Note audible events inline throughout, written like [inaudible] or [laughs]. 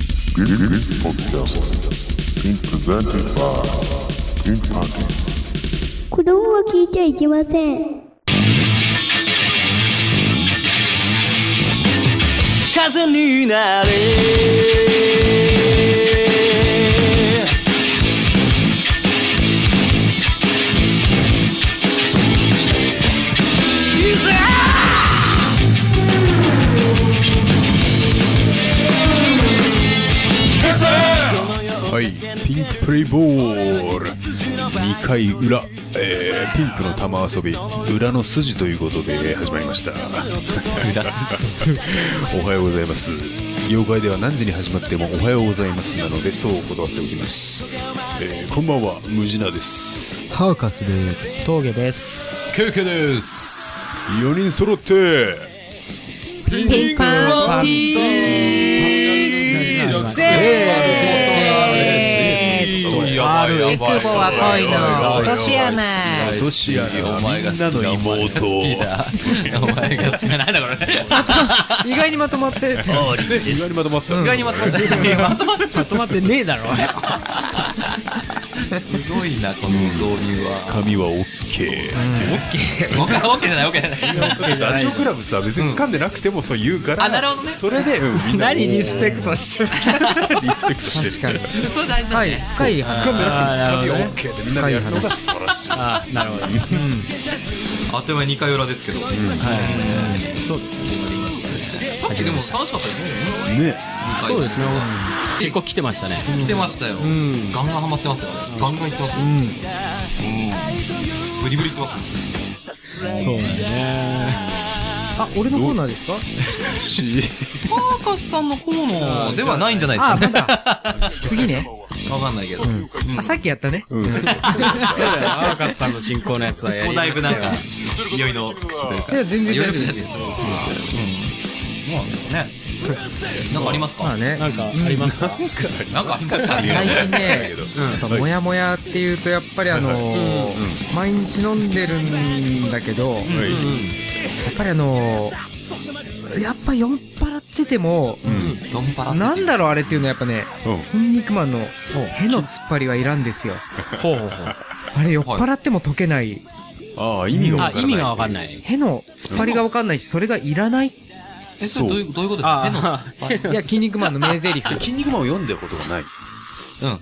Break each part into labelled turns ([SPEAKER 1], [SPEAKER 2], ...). [SPEAKER 1] This podcast being presented by Pink Party.
[SPEAKER 2] 子供は聞いちゃいけません。
[SPEAKER 3] 風になれいざ
[SPEAKER 4] はい、ピンクプレイボール2回裏、えーピンクの玉遊び裏の筋ということで始まりましたおはようございます業界では何時に始まってもおはようございますなのでそう断っておきます、えーこんばんはムジナです
[SPEAKER 5] ハーカスです。
[SPEAKER 6] 峠です。
[SPEAKER 4] ケルケです4人揃って
[SPEAKER 6] ピンクロンティ
[SPEAKER 4] せーの
[SPEAKER 6] エクボは恋の落とし穴。
[SPEAKER 4] 落とし穴はみんなの妹
[SPEAKER 6] お前が好きな、なんだこれ。意外にまとまって。
[SPEAKER 4] 意外にまとまってた
[SPEAKER 6] 意外にまとまって。まとまって、まとまってねえだろ。すごいな、この導入は。
[SPEAKER 4] [laughs] 髪は OK
[SPEAKER 6] オッケー。僕はオッケーじゃない、オッケーじゃない。
[SPEAKER 4] ラジオクラブさ別に掴んでなくてもそう言うから
[SPEAKER 6] あなるほどね
[SPEAKER 4] それでうんみんな
[SPEAKER 5] 何リスペクトしてる
[SPEAKER 4] リスペクトしてる
[SPEAKER 6] それ大事だね。
[SPEAKER 5] 深い話
[SPEAKER 4] 掴んでなくても掴みは OK でみんなでやるのが素晴らしい
[SPEAKER 6] あっという間に2回裏ですけど。そうですね。さっきでも楽しかったですね。
[SPEAKER 4] ね
[SPEAKER 6] そうですね。結構来てましたね。来てましたよ。ガンガンハマってますよ。ガンガン行ってますよ。うん。ブリブリ行ってますよ。
[SPEAKER 5] あ、俺のコーナーですか
[SPEAKER 4] し
[SPEAKER 6] パーカスさんのコーナーではないんじゃないですか。
[SPEAKER 5] 次ね。
[SPEAKER 6] わかんないけど。
[SPEAKER 5] あ、さっきやったね。
[SPEAKER 7] アーカスさんの進行のやつはや
[SPEAKER 6] もう
[SPEAKER 7] り
[SPEAKER 6] だ
[SPEAKER 7] ま
[SPEAKER 6] いぶ
[SPEAKER 7] し
[SPEAKER 6] なん
[SPEAKER 7] た
[SPEAKER 6] か
[SPEAKER 7] よ。、
[SPEAKER 6] いよいの靴というか。
[SPEAKER 5] いや、全然
[SPEAKER 6] よ
[SPEAKER 5] 大丈夫で
[SPEAKER 6] いの靴
[SPEAKER 5] す
[SPEAKER 6] です。うん。まあね。なんかあります
[SPEAKER 5] まあ
[SPEAKER 6] か
[SPEAKER 5] ね。
[SPEAKER 7] なんかありますか
[SPEAKER 6] なんかありますか
[SPEAKER 5] 最近ね、やっぱもやもやっていうと、やっぱりあのー、毎日飲んでるんだけど、やっぱりあのー、やっぱ酔っ払ってても、
[SPEAKER 6] ロンパラ
[SPEAKER 5] なんだろうあれっていうのはやっぱね、
[SPEAKER 4] うん
[SPEAKER 5] 筋肉マンの、への突っ張りはいらんですよ。
[SPEAKER 7] ほうほうほう。
[SPEAKER 5] あれ酔っ払っても解けない。
[SPEAKER 4] ああ意味がわ
[SPEAKER 7] あ
[SPEAKER 4] か、らない
[SPEAKER 7] 意味がわかんない。
[SPEAKER 5] への突っ張りがわかんないし、それがいらない。い
[SPEAKER 6] え、それどういうどういうことですか手の
[SPEAKER 7] あ
[SPEAKER 5] や、筋肉マンの名台詞。
[SPEAKER 4] じゃあ筋肉マンを読んでることがない
[SPEAKER 6] [laughs]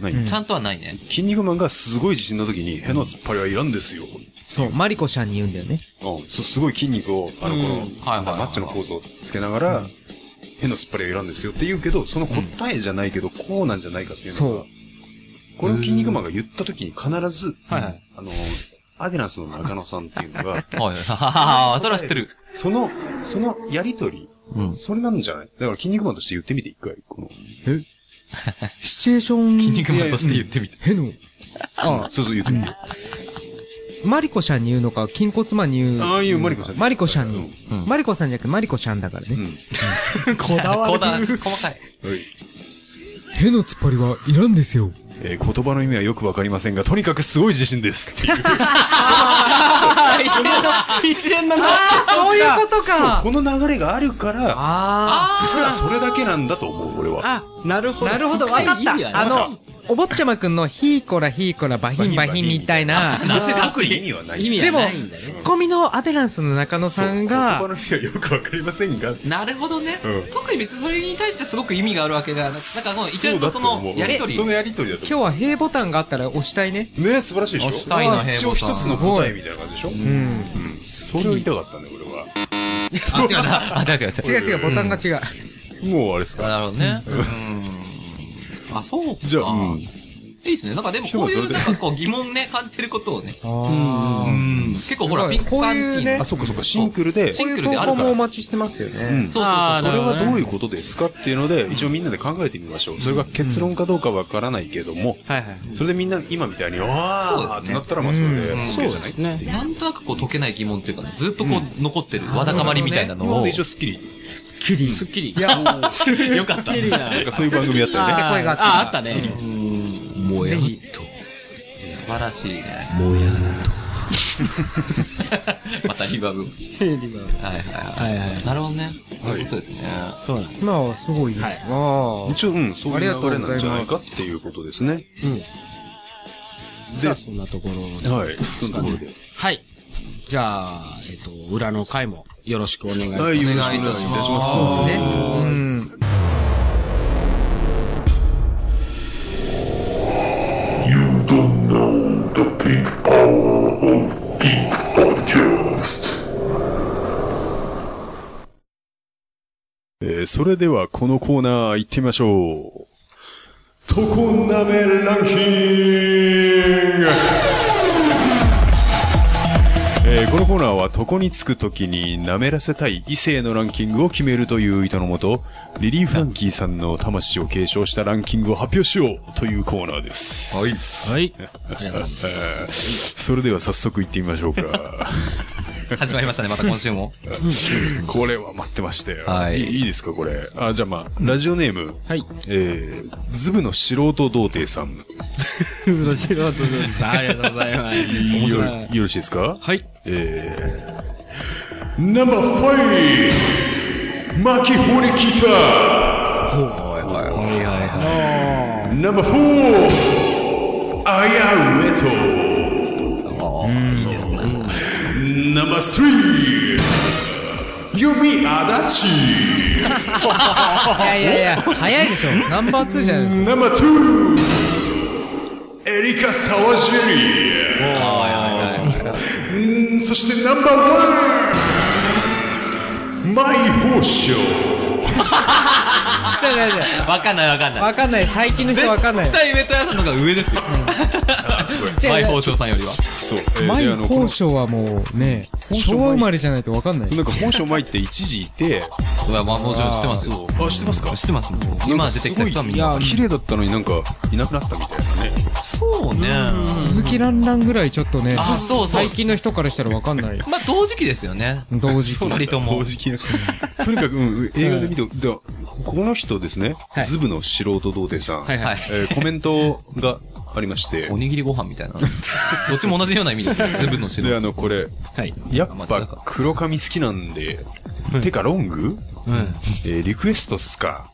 [SPEAKER 6] うん
[SPEAKER 4] うん
[SPEAKER 6] ちゃんとはないね。
[SPEAKER 4] 筋肉マンがすごい自信の時にへの突っ張りはいらんですよ
[SPEAKER 5] そう、マリコちゃんに言うんだよね。
[SPEAKER 4] うんそうすごい筋肉をあのこの
[SPEAKER 6] はいはいはい
[SPEAKER 4] マッチのポーズをつけながらへの突っ張りはいらんですよって言うけどその答えじゃないけどこうなんじゃないかっていうの
[SPEAKER 5] そ
[SPEAKER 4] が
[SPEAKER 5] う
[SPEAKER 4] これを筋肉マンが言った時に必ず、
[SPEAKER 7] はいはい
[SPEAKER 4] あの、アデランスの中野さんっていうのが、 [laughs]
[SPEAKER 6] はい。 [laughs] ああ、それは知ってる。
[SPEAKER 4] その、そのやりとり、
[SPEAKER 6] うん
[SPEAKER 4] それなんじゃないだから筋肉マンとして言ってみて、一回。この、
[SPEAKER 5] シチュエーション。
[SPEAKER 6] 筋肉マンとして言ってみて。
[SPEAKER 5] への。あ
[SPEAKER 4] そうそう言ってみて。
[SPEAKER 5] マリコちゃんに言うのか、筋骨マンに言う。
[SPEAKER 4] ああいうマリコさん。
[SPEAKER 5] マリコちゃんに。マリコさんじゃなくてマリコちゃんだから
[SPEAKER 4] う
[SPEAKER 5] ね。
[SPEAKER 4] ん。
[SPEAKER 6] こだわる。細かい。
[SPEAKER 4] はい。
[SPEAKER 5] への突っ張りはいらんですよ。
[SPEAKER 4] えー言葉の意味はよくわかりませんが、とにかくすごい自信ですっていう。
[SPEAKER 6] 一連の
[SPEAKER 5] あ、そういうことか。
[SPEAKER 4] この流れがあるから、
[SPEAKER 5] あ
[SPEAKER 4] ただそれだけなんだと思う、俺は。
[SPEAKER 7] あ、なる
[SPEAKER 5] あ。
[SPEAKER 7] ほど。
[SPEAKER 5] なるほど、わかっ
[SPEAKER 7] 意味はね
[SPEAKER 5] た。あの、お坊ちゃまくんのヒーコラヒーコラバヒンバヒンみたいな。
[SPEAKER 4] 汗出す意味はない。
[SPEAKER 7] 意味
[SPEAKER 5] で
[SPEAKER 7] は
[SPEAKER 5] も、
[SPEAKER 7] ないんだ
[SPEAKER 5] ツ
[SPEAKER 7] ね。
[SPEAKER 5] ッコミのアデランスの中野さん
[SPEAKER 4] 言葉
[SPEAKER 5] が、
[SPEAKER 4] の意味はよくわかりませんが、
[SPEAKER 6] なるほどね
[SPEAKER 4] うん。
[SPEAKER 6] 特に別にそれに対してすごく意味があるわけではなく、なんかその一連のそ
[SPEAKER 4] そうだと思
[SPEAKER 6] の
[SPEAKER 4] う
[SPEAKER 6] やりとり
[SPEAKER 4] そ。のやりとりだと
[SPEAKER 5] 今日は平ボタンがあったら押したいね。
[SPEAKER 4] ね素晴らしいでしょ
[SPEAKER 6] 押したいな平
[SPEAKER 4] 一
[SPEAKER 6] 凡
[SPEAKER 4] 応
[SPEAKER 6] さん
[SPEAKER 4] 一つの答えみたいな感じでしょうん。それを言いたかったね、俺は。
[SPEAKER 6] あ、違うな。あ、違う違う
[SPEAKER 5] [laughs] 違う違
[SPEAKER 6] 違う。
[SPEAKER 5] う、ボタンが違う。
[SPEAKER 4] もうあれです
[SPEAKER 6] あ
[SPEAKER 4] か。
[SPEAKER 6] なるほどね。うん。あ、そうか。
[SPEAKER 4] じゃあ、うん。
[SPEAKER 6] いいですね。なんかでもこういう、なんかこう疑問ね、感じてることをね。うん。結構ほら、
[SPEAKER 5] すごい
[SPEAKER 6] ピンクパ
[SPEAKER 5] こ
[SPEAKER 6] ンティ
[SPEAKER 5] うい
[SPEAKER 6] ー
[SPEAKER 5] う
[SPEAKER 6] の。
[SPEAKER 5] ね
[SPEAKER 4] あ、そっかそっか、シンクルで、
[SPEAKER 6] シ
[SPEAKER 5] こ
[SPEAKER 6] ン
[SPEAKER 5] う
[SPEAKER 6] ク
[SPEAKER 5] いう
[SPEAKER 6] ル
[SPEAKER 5] 投
[SPEAKER 6] である
[SPEAKER 5] 稿
[SPEAKER 6] か
[SPEAKER 5] もお
[SPEAKER 6] ら。
[SPEAKER 5] 待ちしてますよ
[SPEAKER 4] う
[SPEAKER 5] ね
[SPEAKER 4] ん。
[SPEAKER 6] そう
[SPEAKER 7] あー
[SPEAKER 6] そう
[SPEAKER 7] な
[SPEAKER 4] こ
[SPEAKER 6] そ
[SPEAKER 7] る
[SPEAKER 4] れ
[SPEAKER 7] ほ
[SPEAKER 6] う。
[SPEAKER 4] はどういうことですかっていうので、一応みんなで考えてみましょう。それが結論かどうかわからないけども、
[SPEAKER 7] はいはい。
[SPEAKER 4] それでみんな今みたいに、あ
[SPEAKER 6] そ
[SPEAKER 4] あ
[SPEAKER 6] う
[SPEAKER 4] っ
[SPEAKER 6] です
[SPEAKER 4] て
[SPEAKER 6] ね
[SPEAKER 4] なったら、まあそれで
[SPEAKER 6] うん
[SPEAKER 4] OK じゃないっていう。
[SPEAKER 6] なんとなくこう解けない疑問というかね、ずっとこう残ってる、わだかまりみたいなの
[SPEAKER 4] 今ま
[SPEAKER 6] を。
[SPEAKER 4] で一応スッキリ。
[SPEAKER 5] キリ。
[SPEAKER 7] すっきり。い
[SPEAKER 5] や、
[SPEAKER 6] [laughs] よかった。
[SPEAKER 4] なんかそういう番組やったよね。
[SPEAKER 5] 声が
[SPEAKER 7] あ、あったね。
[SPEAKER 6] もうやっと。素晴らしいね。もやっと。またリバーブ。はいはいはい。
[SPEAKER 8] はいはい
[SPEAKER 6] なるほどね。そういうことですね。
[SPEAKER 8] そうなんです。
[SPEAKER 5] まあ、すごいね。
[SPEAKER 8] はい
[SPEAKER 5] あ
[SPEAKER 4] 一応、うん、そういう流れなんじゃ
[SPEAKER 5] あ
[SPEAKER 4] な
[SPEAKER 5] り
[SPEAKER 4] い
[SPEAKER 5] が
[SPEAKER 4] か
[SPEAKER 5] と
[SPEAKER 4] っていうことですね。
[SPEAKER 8] じゃあ、そんなところで。
[SPEAKER 4] はい。そのところで。
[SPEAKER 8] はい。じゃあ、えっと、裏の回もよろしくお願いします。
[SPEAKER 4] はい、よろしくお願いいたします。そうですね。
[SPEAKER 5] あ。うん。
[SPEAKER 9] You don't know the pink power of Pink Podcast.
[SPEAKER 4] えーそれではこのコーナー行ってみましょう。トコナメランキングえーこのコーナーは床につくときに舐めらせたい異性のランキングを決めるという意図のもと、リリー・フランキーさんの魂を継承したランキングを発表しようというコーナーです。
[SPEAKER 6] はい。
[SPEAKER 8] はい。ありがとうございます。
[SPEAKER 4] それでは早速行ってみましょうか。
[SPEAKER 6] 始まりましたね、また今週も。
[SPEAKER 4] [laughs] これは待ってましたよ。
[SPEAKER 6] はい
[SPEAKER 4] いいですか、これ。あ、じゃあまあ、ラジオネーム。
[SPEAKER 8] はい。
[SPEAKER 4] えー、ズブの素人童貞さん。
[SPEAKER 8] うろしろとずさん、ありがとうございます。面
[SPEAKER 4] よろよろしいですか
[SPEAKER 8] はい。
[SPEAKER 4] えー、ナンバーファイブ巻き掘りギタ
[SPEAKER 8] はいはいは
[SPEAKER 4] ーナンバーフォーアヤウエトナンバースリー弓あだち
[SPEAKER 5] いやいやいや、早いでしょ。ナンバー2じゃないですか。
[SPEAKER 4] ナンバーツーエリカ・サワジェリーそしてナンバーワンマイ・ホーショー
[SPEAKER 5] じゃじゃじゃ
[SPEAKER 6] わかんないわかんない。
[SPEAKER 5] わかんない。最近の人わかんない
[SPEAKER 6] 絶。対上戸屋さんの方が上ですよ。
[SPEAKER 5] 違
[SPEAKER 6] [laughs]
[SPEAKER 5] う
[SPEAKER 6] マイ宝生さんよりは。
[SPEAKER 4] そう、え
[SPEAKER 5] マイ
[SPEAKER 4] であのこ
[SPEAKER 5] 宝
[SPEAKER 4] の
[SPEAKER 5] 生はもうね、昭和生まれじゃないとわかんない。
[SPEAKER 4] なんか本性前って一時いて、
[SPEAKER 6] それはマイ宝生知ってますよ。
[SPEAKER 4] あ、知ってますか
[SPEAKER 6] 知ってますよ今出てきた人はみん
[SPEAKER 5] い
[SPEAKER 6] な
[SPEAKER 5] や。
[SPEAKER 4] 綺麗だったのになんかいなくなったみたいなね。
[SPEAKER 6] そうね。
[SPEAKER 5] 鈴木蘭蘭ぐらいちょっとね、
[SPEAKER 6] あそうそう
[SPEAKER 5] 最近の人からしたらわかんない。
[SPEAKER 6] まあ同時期ですよね。
[SPEAKER 5] 同時
[SPEAKER 6] そう
[SPEAKER 5] 期
[SPEAKER 6] な。ん二人とも
[SPEAKER 4] 同時期なとにかく、うん、映画で見て、でこの人ですね、
[SPEAKER 5] はい
[SPEAKER 4] ズブの素人童貞さん、
[SPEAKER 8] い。はいはい。
[SPEAKER 4] えーコメントがありまして
[SPEAKER 6] お、にぎりご飯みたいな。どっちも同じような意味ですよ。全部の白
[SPEAKER 4] で、あの、これ、
[SPEAKER 8] はい。
[SPEAKER 4] やっぱ黒髪好きなんで、てかロング、
[SPEAKER 8] うん。
[SPEAKER 4] えーリクエストっすか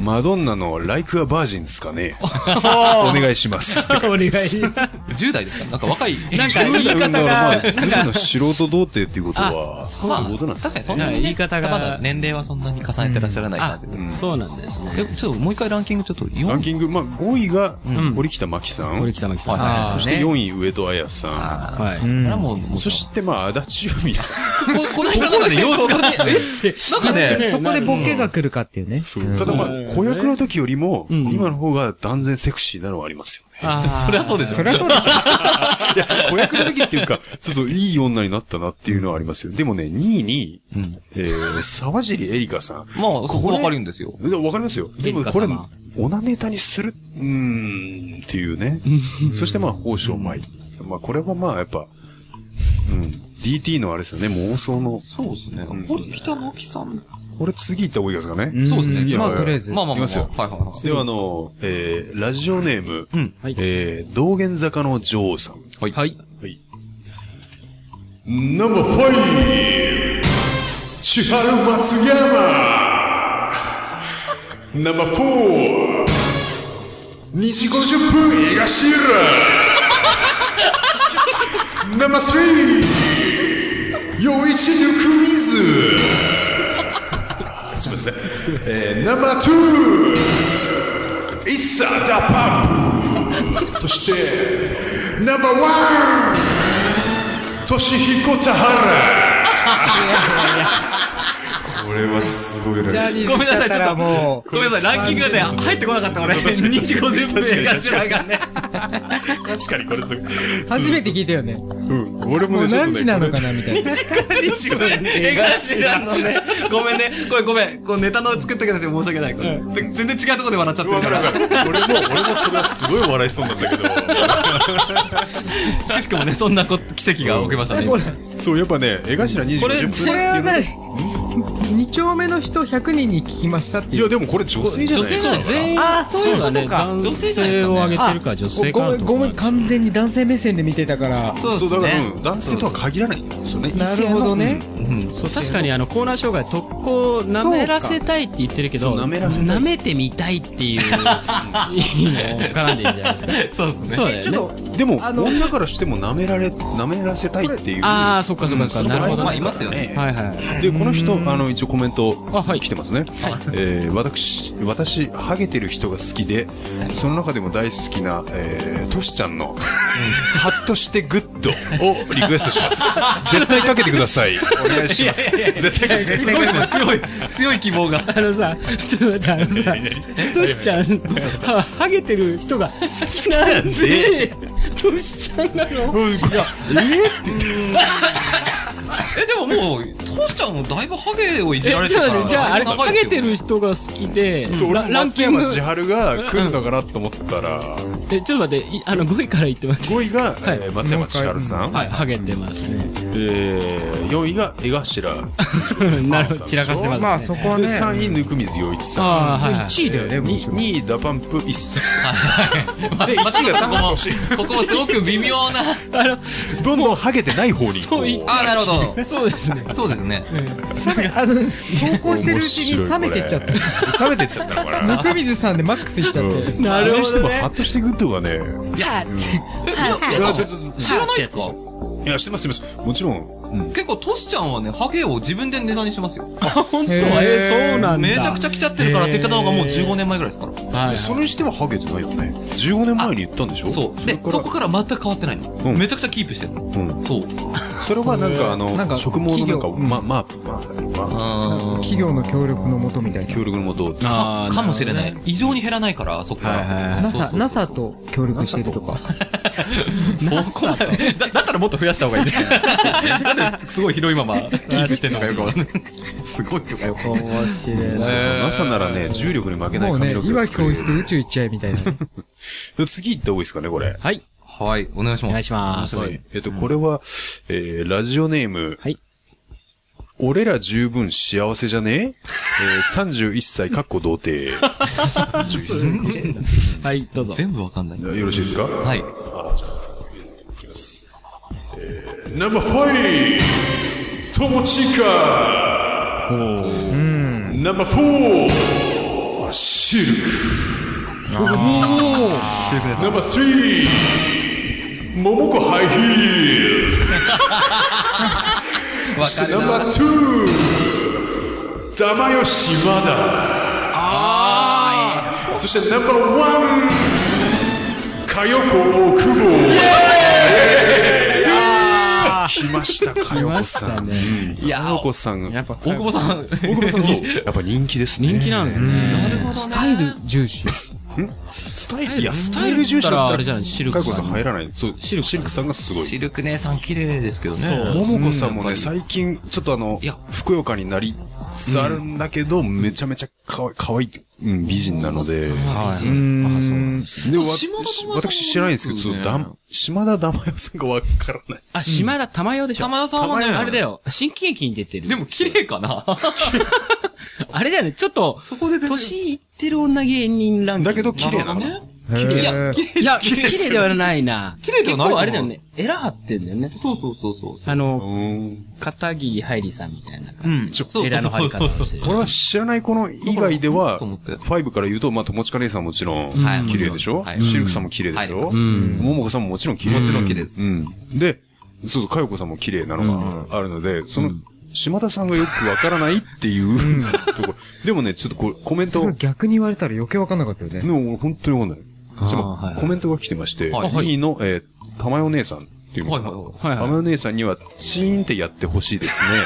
[SPEAKER 4] マドンナの Like a Virgin っすか
[SPEAKER 8] [laughs]
[SPEAKER 4] ねお願いします。
[SPEAKER 5] お願い。
[SPEAKER 6] 10代ですかなんか若い。
[SPEAKER 8] なんか言い方が
[SPEAKER 4] まあ、ズブの素人童貞っていうことは、そういうことなんです
[SPEAKER 6] 確
[SPEAKER 4] ね。
[SPEAKER 6] かにそんなに、ね、
[SPEAKER 8] 言い方が
[SPEAKER 6] まだ年齢はそんなに重ねてらっしゃらないな
[SPEAKER 8] あ
[SPEAKER 6] って。、
[SPEAKER 8] そうなんですね。
[SPEAKER 6] え、ちょっともう一回ランキングちょっと
[SPEAKER 4] ラン
[SPEAKER 6] 4
[SPEAKER 4] キング、まあ、5位が、堀北真希さん。
[SPEAKER 8] 堀北真希さん。
[SPEAKER 6] はい
[SPEAKER 5] あ
[SPEAKER 4] そ
[SPEAKER 5] ー
[SPEAKER 4] して
[SPEAKER 5] ね
[SPEAKER 4] 4位、上戸彩さ。
[SPEAKER 8] はい。
[SPEAKER 6] これはもう、もうん
[SPEAKER 4] そして、まあ、足立由美
[SPEAKER 8] [laughs]
[SPEAKER 4] さん。
[SPEAKER 6] ここの間なんかね、様子がね、えなんかね、
[SPEAKER 5] そこでボケが来るかっていうね。
[SPEAKER 4] ただまあ、子役の時よりも、今の方が断然セクシーなのはありますよね。
[SPEAKER 6] そりゃそうでしょ
[SPEAKER 5] そ。りゃそうでし
[SPEAKER 4] いや、 [laughs] 子役の時っていうか、そうそう、いい女になったなっていうのはありますよ。でもね、2位に、えー、沢尻エリカさん。
[SPEAKER 6] まあ、ここわかるんですよ。
[SPEAKER 4] いやわかりますよ。でも、
[SPEAKER 8] エリカ
[SPEAKER 4] これ
[SPEAKER 8] 様、
[SPEAKER 4] オナネタにする、うーん、っていうね。そしてまあ、宝生舞。まあ、これはまあ、やっぱ、うん、DT のあれですよね、妄想の。
[SPEAKER 6] そうですね。堀北真希さん。
[SPEAKER 4] これ次行った方がいいですかね。
[SPEAKER 5] ょ。
[SPEAKER 6] そうですね
[SPEAKER 5] ん
[SPEAKER 4] いや
[SPEAKER 5] まあ、とりあえず。
[SPEAKER 6] まあまあまあ、
[SPEAKER 4] いきますよ
[SPEAKER 6] はいはいはい。
[SPEAKER 4] では、あの、えー、ラジオネーム、
[SPEAKER 6] うん
[SPEAKER 8] はい
[SPEAKER 4] えー、道玄坂の女王さん。
[SPEAKER 6] はい。はい。
[SPEAKER 4] はい。ナンバーファイブ千春松山ナンバーフォー2時50分江頭ナンバースリー陽一ぬくみずすみません。えー、ナンバーツーイッサダパンプそして、ナンバーワントシヒコタハラこれはすごい
[SPEAKER 5] ジャ
[SPEAKER 4] な。
[SPEAKER 5] ニーズ
[SPEAKER 6] ごめんなさい
[SPEAKER 5] 来たらもう、
[SPEAKER 6] ごめんなさい、ランキングで入ってこなかった俺。2時50分でが違うからね。
[SPEAKER 4] 確かにこれすごい。
[SPEAKER 5] 初めて聞いたよね。
[SPEAKER 4] うん、俺も
[SPEAKER 5] も
[SPEAKER 4] ね、
[SPEAKER 5] う
[SPEAKER 4] ちょっと
[SPEAKER 5] 何
[SPEAKER 4] ね
[SPEAKER 5] 時なのかなみたいな。
[SPEAKER 6] 江頭のね、ごめんね、これごめん、こうネタの作ったけど申し訳ない、これ。全然違うところで笑っちゃってるから。
[SPEAKER 4] 俺も、俺もそれはすごい笑いそうなんだけど。
[SPEAKER 6] くしくもね、そんなこ奇跡が起きましたね。
[SPEAKER 4] そう、やっぱね、江頭2時50分
[SPEAKER 5] これは
[SPEAKER 4] っていうの
[SPEAKER 5] ね、二丁目の人100人に聞きましたって
[SPEAKER 4] い
[SPEAKER 5] いう。
[SPEAKER 4] や、でもこれ女性じゃ
[SPEAKER 6] 女
[SPEAKER 4] ない
[SPEAKER 6] 性
[SPEAKER 4] ですか
[SPEAKER 6] じゃないですか
[SPEAKER 8] 員
[SPEAKER 5] あーそういうことか
[SPEAKER 8] だね
[SPEAKER 6] 女
[SPEAKER 8] 男
[SPEAKER 6] 性じゃないですかね
[SPEAKER 8] 性を挙げてるから女性か
[SPEAKER 5] ご
[SPEAKER 8] な
[SPEAKER 5] め
[SPEAKER 8] と
[SPEAKER 5] ん、ご
[SPEAKER 8] 思
[SPEAKER 5] め、
[SPEAKER 8] うんんですよ
[SPEAKER 5] 完全に男性目線で見てたから。
[SPEAKER 6] そう
[SPEAKER 4] そう、
[SPEAKER 6] で
[SPEAKER 4] だか
[SPEAKER 6] す
[SPEAKER 4] ら、
[SPEAKER 6] ね
[SPEAKER 4] うん男性とは限らないんですよね。
[SPEAKER 5] なるほどね。
[SPEAKER 8] そう確かにあのコーナー障害特攻舐めらせたいって言ってるけど
[SPEAKER 4] そうかそう舐めらせたい
[SPEAKER 8] 舐めてみたいっていういいの絡んでるんじゃないですか
[SPEAKER 6] そうですね
[SPEAKER 8] そうだ
[SPEAKER 4] ち
[SPEAKER 8] よね
[SPEAKER 4] ょっと、でも、
[SPEAKER 5] あの
[SPEAKER 4] 女からしても舐められ、舐めらせたいっていう。
[SPEAKER 8] ああそっかそっかそっかなるほど
[SPEAKER 6] まあいますよね
[SPEAKER 8] はいはい
[SPEAKER 4] で、この人、あの、一応コメント
[SPEAKER 8] あはい
[SPEAKER 4] 来てますね。えー私、私、ハゲてる人が好きで、その中でも大好きな、えー、トシちゃんの、ハッとしてグッドをリクエストします。絶対かけてください。お願いします。絶対かけてください。
[SPEAKER 6] 強い強い希望が
[SPEAKER 8] あのさ、ちょっと待って、あのさ、トシちゃん、はハゲてる人が好きなんで、トシちゃんなの
[SPEAKER 6] えでももうトシちゃんもだいぶハゲをいじられ
[SPEAKER 8] え
[SPEAKER 6] て
[SPEAKER 8] じ
[SPEAKER 6] た
[SPEAKER 8] ゃ
[SPEAKER 6] から
[SPEAKER 8] あ、じゃあ、あれ、
[SPEAKER 6] 長
[SPEAKER 8] ハ
[SPEAKER 6] いです
[SPEAKER 8] ゲ
[SPEAKER 6] よ
[SPEAKER 8] てる人が好きで、
[SPEAKER 4] そう
[SPEAKER 8] ラ
[SPEAKER 4] 俺
[SPEAKER 8] ラン
[SPEAKER 4] 松
[SPEAKER 8] キン
[SPEAKER 4] 山
[SPEAKER 8] グ、
[SPEAKER 4] 千春が来るのかなと思ったら、
[SPEAKER 8] えちょっと待って、いあの、5位から言ってます。
[SPEAKER 4] 5位が、
[SPEAKER 8] はい
[SPEAKER 4] えー松山千春さん、
[SPEAKER 8] はい、ハゲてますね。
[SPEAKER 4] えー、4位が江頭、
[SPEAKER 8] なるほど、散らかしてますね。
[SPEAKER 5] まあそこはね。
[SPEAKER 4] 3位、温水洋一さん。
[SPEAKER 8] あー、はいはい。
[SPEAKER 5] 1位だよね、
[SPEAKER 4] 2,
[SPEAKER 5] むしろ
[SPEAKER 4] 位ダパンプ一切
[SPEAKER 6] まあ
[SPEAKER 4] で1位が
[SPEAKER 6] まあ
[SPEAKER 4] 田中
[SPEAKER 6] ここもここもすごく微妙な
[SPEAKER 4] どんどんハゲてない方に
[SPEAKER 8] そう
[SPEAKER 4] こ
[SPEAKER 8] い
[SPEAKER 6] あなるほ
[SPEAKER 8] そうですね。
[SPEAKER 6] どそうですね
[SPEAKER 5] あの、投稿してるうちに冷めてっちゃった。
[SPEAKER 4] た冷めてっちゃったのかな
[SPEAKER 5] 温水さんでマックスいっちゃって。
[SPEAKER 8] なるほ
[SPEAKER 4] それにして
[SPEAKER 8] ど
[SPEAKER 4] も
[SPEAKER 8] ね
[SPEAKER 4] ハッとしてグッドがね
[SPEAKER 6] いやえいやいや
[SPEAKER 4] ちょちょち
[SPEAKER 6] 知らないですか
[SPEAKER 4] ょいやしてますしてますもちろん
[SPEAKER 6] 結構トシちゃんはねハゲを自分でネタにしてますよ
[SPEAKER 8] 本当
[SPEAKER 5] へー
[SPEAKER 8] えー、そうなんだ。
[SPEAKER 6] めちゃくちゃ来ちゃってるからって言ってたのがもう15年前ぐらいですから
[SPEAKER 8] はいはい。
[SPEAKER 4] それにしてもハゲてないよね15年前に言ったんでしょ
[SPEAKER 6] そう。で、そ
[SPEAKER 4] そ
[SPEAKER 6] こ
[SPEAKER 4] こ
[SPEAKER 6] から全く変わってないの。
[SPEAKER 4] うん
[SPEAKER 6] めちゃくちゃキープしてるの。
[SPEAKER 4] うん
[SPEAKER 6] そう。
[SPEAKER 4] それはなんかあの
[SPEAKER 5] なんか
[SPEAKER 4] 植毛のなんか
[SPEAKER 5] 企業
[SPEAKER 4] ままあまあ
[SPEAKER 5] なんか
[SPEAKER 6] あ
[SPEAKER 5] 企業の協力のもとみたいな。
[SPEAKER 4] 協力のもと
[SPEAKER 8] あ
[SPEAKER 6] あ。
[SPEAKER 8] ー
[SPEAKER 6] かもしれない。。異常に減らないから、そこか
[SPEAKER 8] はいはいは
[SPEAKER 6] ら。
[SPEAKER 8] い
[SPEAKER 6] そう
[SPEAKER 5] NASA、NASA と協力してるとか。
[SPEAKER 6] そこまで。だだったらもっと増やした方がいいね。なんですごい広いままキープしてんのかよくわかんない。すごいとかよくわかんない。
[SPEAKER 8] 面白いな。
[SPEAKER 4] NASA ならね重力に負けない
[SPEAKER 5] もう
[SPEAKER 4] 髪
[SPEAKER 5] ね
[SPEAKER 4] の、毛を
[SPEAKER 5] 今
[SPEAKER 4] 作れ
[SPEAKER 5] 教
[SPEAKER 4] る
[SPEAKER 5] 室で宇宙行っちゃえみたいな。
[SPEAKER 4] で次行った方がいいですかねこれ
[SPEAKER 8] はい。
[SPEAKER 6] はい、お願いします。
[SPEAKER 8] お願いします
[SPEAKER 6] は
[SPEAKER 4] はい。えっと、これは、えー、ラジオネーム。
[SPEAKER 8] はい
[SPEAKER 4] 俺ら十分幸せじゃねええー、31歳、かっこ童貞。
[SPEAKER 8] はい、どうぞ。
[SPEAKER 6] 全部わかんない。
[SPEAKER 4] よろしいですか
[SPEAKER 6] はい。
[SPEAKER 1] ナンバーファイブ友近ナンバーフォーシルクナンバースリー桃子ハイヒール
[SPEAKER 6] わかる
[SPEAKER 1] ナン
[SPEAKER 6] な。
[SPEAKER 1] バーツー玉吉まだそしてナンバーワンかよこ大久保
[SPEAKER 4] 来ました、か
[SPEAKER 8] 来
[SPEAKER 4] よ
[SPEAKER 8] ま
[SPEAKER 4] こ
[SPEAKER 8] し
[SPEAKER 4] さ
[SPEAKER 8] た
[SPEAKER 4] ん。
[SPEAKER 8] ね。
[SPEAKER 4] いやかよこさん。
[SPEAKER 8] やっぱ、
[SPEAKER 6] 大久保さ
[SPEAKER 4] 大
[SPEAKER 6] ん。
[SPEAKER 4] 久保さん、そう。やっぱ人気ですね。
[SPEAKER 8] 人気なんですね。
[SPEAKER 6] なるほどね。
[SPEAKER 5] スタイル重視。
[SPEAKER 4] スタイル、いや、スタイル重視だった
[SPEAKER 8] だ
[SPEAKER 4] ら、
[SPEAKER 8] ったらあれじゃないシルクさん
[SPEAKER 4] かよこさん入らない。そう、シルクさんがすごい。
[SPEAKER 6] シルク姉さん綺麗ですけどね。
[SPEAKER 4] ももこさんもね、最近、ちょっとあの
[SPEAKER 6] いや、
[SPEAKER 4] ふくよかになりつつあるんだけど、めちゃめちゃかわい、かわいい、うん、美人なので。
[SPEAKER 6] はい。
[SPEAKER 4] で、わ
[SPEAKER 6] 島田珠代さんも
[SPEAKER 4] 私知らないんですけど、
[SPEAKER 6] ね
[SPEAKER 4] そのだん島田珠代さんがわからない。
[SPEAKER 8] あ、島田玉代でしょ。
[SPEAKER 6] 玉代さんはね
[SPEAKER 8] 玉代あれだよ。新喜劇に出てる。
[SPEAKER 6] でも綺麗かな。
[SPEAKER 8] あれだよね、ちょっと、年いってる女芸人ランキング。
[SPEAKER 4] だけど、綺麗なの。
[SPEAKER 6] ね。
[SPEAKER 5] へー
[SPEAKER 8] いや、綺麗ではないな。綺
[SPEAKER 6] 麗ではないと思います
[SPEAKER 8] 結構あれだよね、エラ張ってんだよね。
[SPEAKER 6] そうそうそうそう。
[SPEAKER 8] あ
[SPEAKER 4] う
[SPEAKER 8] の、
[SPEAKER 4] ーん。
[SPEAKER 8] 片桐はいりさんみたいな
[SPEAKER 6] う
[SPEAKER 8] 感
[SPEAKER 6] ん。そうそう
[SPEAKER 8] エラの張り方をしてる
[SPEAKER 4] 俺は知らない子の以外では、
[SPEAKER 6] と思って
[SPEAKER 4] 5から言うと、まあ、友近姉さんもちろん、
[SPEAKER 6] はい
[SPEAKER 4] 綺麗でしょ、
[SPEAKER 6] はい
[SPEAKER 4] シルクさんも綺麗でしょ、
[SPEAKER 6] はい
[SPEAKER 4] ももこさんももちろん綺麗
[SPEAKER 6] もちろん綺麗です
[SPEAKER 4] うん。で、そうそう、かよこさんも綺麗なのがあるので、その、島田さんがよくわからないっていう、ところ。でもね、ちょっとこう、コメン
[SPEAKER 5] そ
[SPEAKER 4] ト
[SPEAKER 5] れ、逆に言われたら余計わかんなかったよね
[SPEAKER 4] で。も俺本当にわかんない。じゃあまあ
[SPEAKER 8] はいはい
[SPEAKER 4] コメントが来てまして、
[SPEAKER 6] はい
[SPEAKER 4] 2位の、えー、玉代姉さんっていうのかな
[SPEAKER 6] はいはい
[SPEAKER 8] はいはい
[SPEAKER 4] 玉代姉さんには、チーンってやってほしいです
[SPEAKER 6] [laughs]
[SPEAKER 4] ね。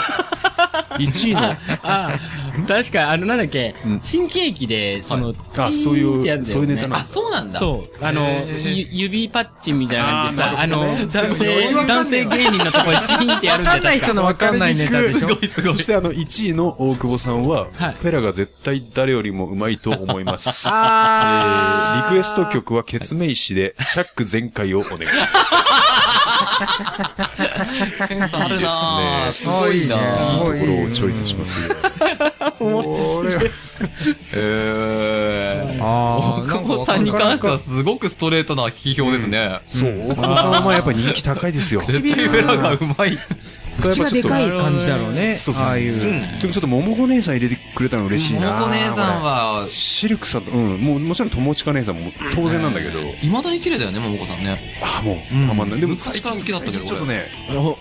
[SPEAKER 4] 1位の、
[SPEAKER 8] ああ、確か、あの、なんだっけ
[SPEAKER 4] うん、
[SPEAKER 8] 新喜劇で、その、
[SPEAKER 4] あそう
[SPEAKER 8] チーンって
[SPEAKER 4] い
[SPEAKER 8] やるん
[SPEAKER 4] う、
[SPEAKER 8] だ
[SPEAKER 4] そ
[SPEAKER 8] よ
[SPEAKER 4] ういう
[SPEAKER 8] ね
[SPEAKER 4] ネタなん
[SPEAKER 6] あ、
[SPEAKER 4] だ。
[SPEAKER 6] そうなんだ。
[SPEAKER 8] そう。あの、ゆ指パッチンみたいな感じでさ、あ
[SPEAKER 4] あーなるほどね
[SPEAKER 8] の、男
[SPEAKER 5] それわかんない
[SPEAKER 8] 性、男性芸人のとこにチーンってやるんだよ。確か
[SPEAKER 5] わかんないネタでしょ
[SPEAKER 4] そしてあの、1位の大久保さんは、
[SPEAKER 8] はい
[SPEAKER 4] フェラが絶対誰よりもうまいと思います。え
[SPEAKER 5] [laughs] あ
[SPEAKER 4] ーリクエスト曲はケツメイシで、チャック全開をお願いします。
[SPEAKER 6] センスあるなぁ。す
[SPEAKER 5] あ
[SPEAKER 6] ごい
[SPEAKER 5] あ
[SPEAKER 6] なぁ。
[SPEAKER 5] いいね
[SPEAKER 4] ところをチョイスしますよ。
[SPEAKER 6] え
[SPEAKER 5] あー
[SPEAKER 6] ー。
[SPEAKER 5] な
[SPEAKER 6] 久
[SPEAKER 5] んか
[SPEAKER 6] 保さんに関してはすごくストレートな批評ですね。
[SPEAKER 4] そう、大久保さんはまあやっぱ人気高いですよ。
[SPEAKER 6] 絶対裏がうまい。
[SPEAKER 5] 口がでか
[SPEAKER 4] い。
[SPEAKER 5] い感じだろうね
[SPEAKER 4] そうそうそう
[SPEAKER 5] ああいう、
[SPEAKER 4] でもちょっと桃子姉さん入れてくれたの嬉しいな。
[SPEAKER 6] 桃子姉さんは
[SPEAKER 4] 俺。、シルクさんと、うん、もうもちろん友近姉さんも当然なんだけど、
[SPEAKER 6] 未だに綺麗だよね、桃子さんね。
[SPEAKER 4] ああ、もうたまんない。でも
[SPEAKER 6] 昔から好きだったけど
[SPEAKER 4] 最近ちょっとね、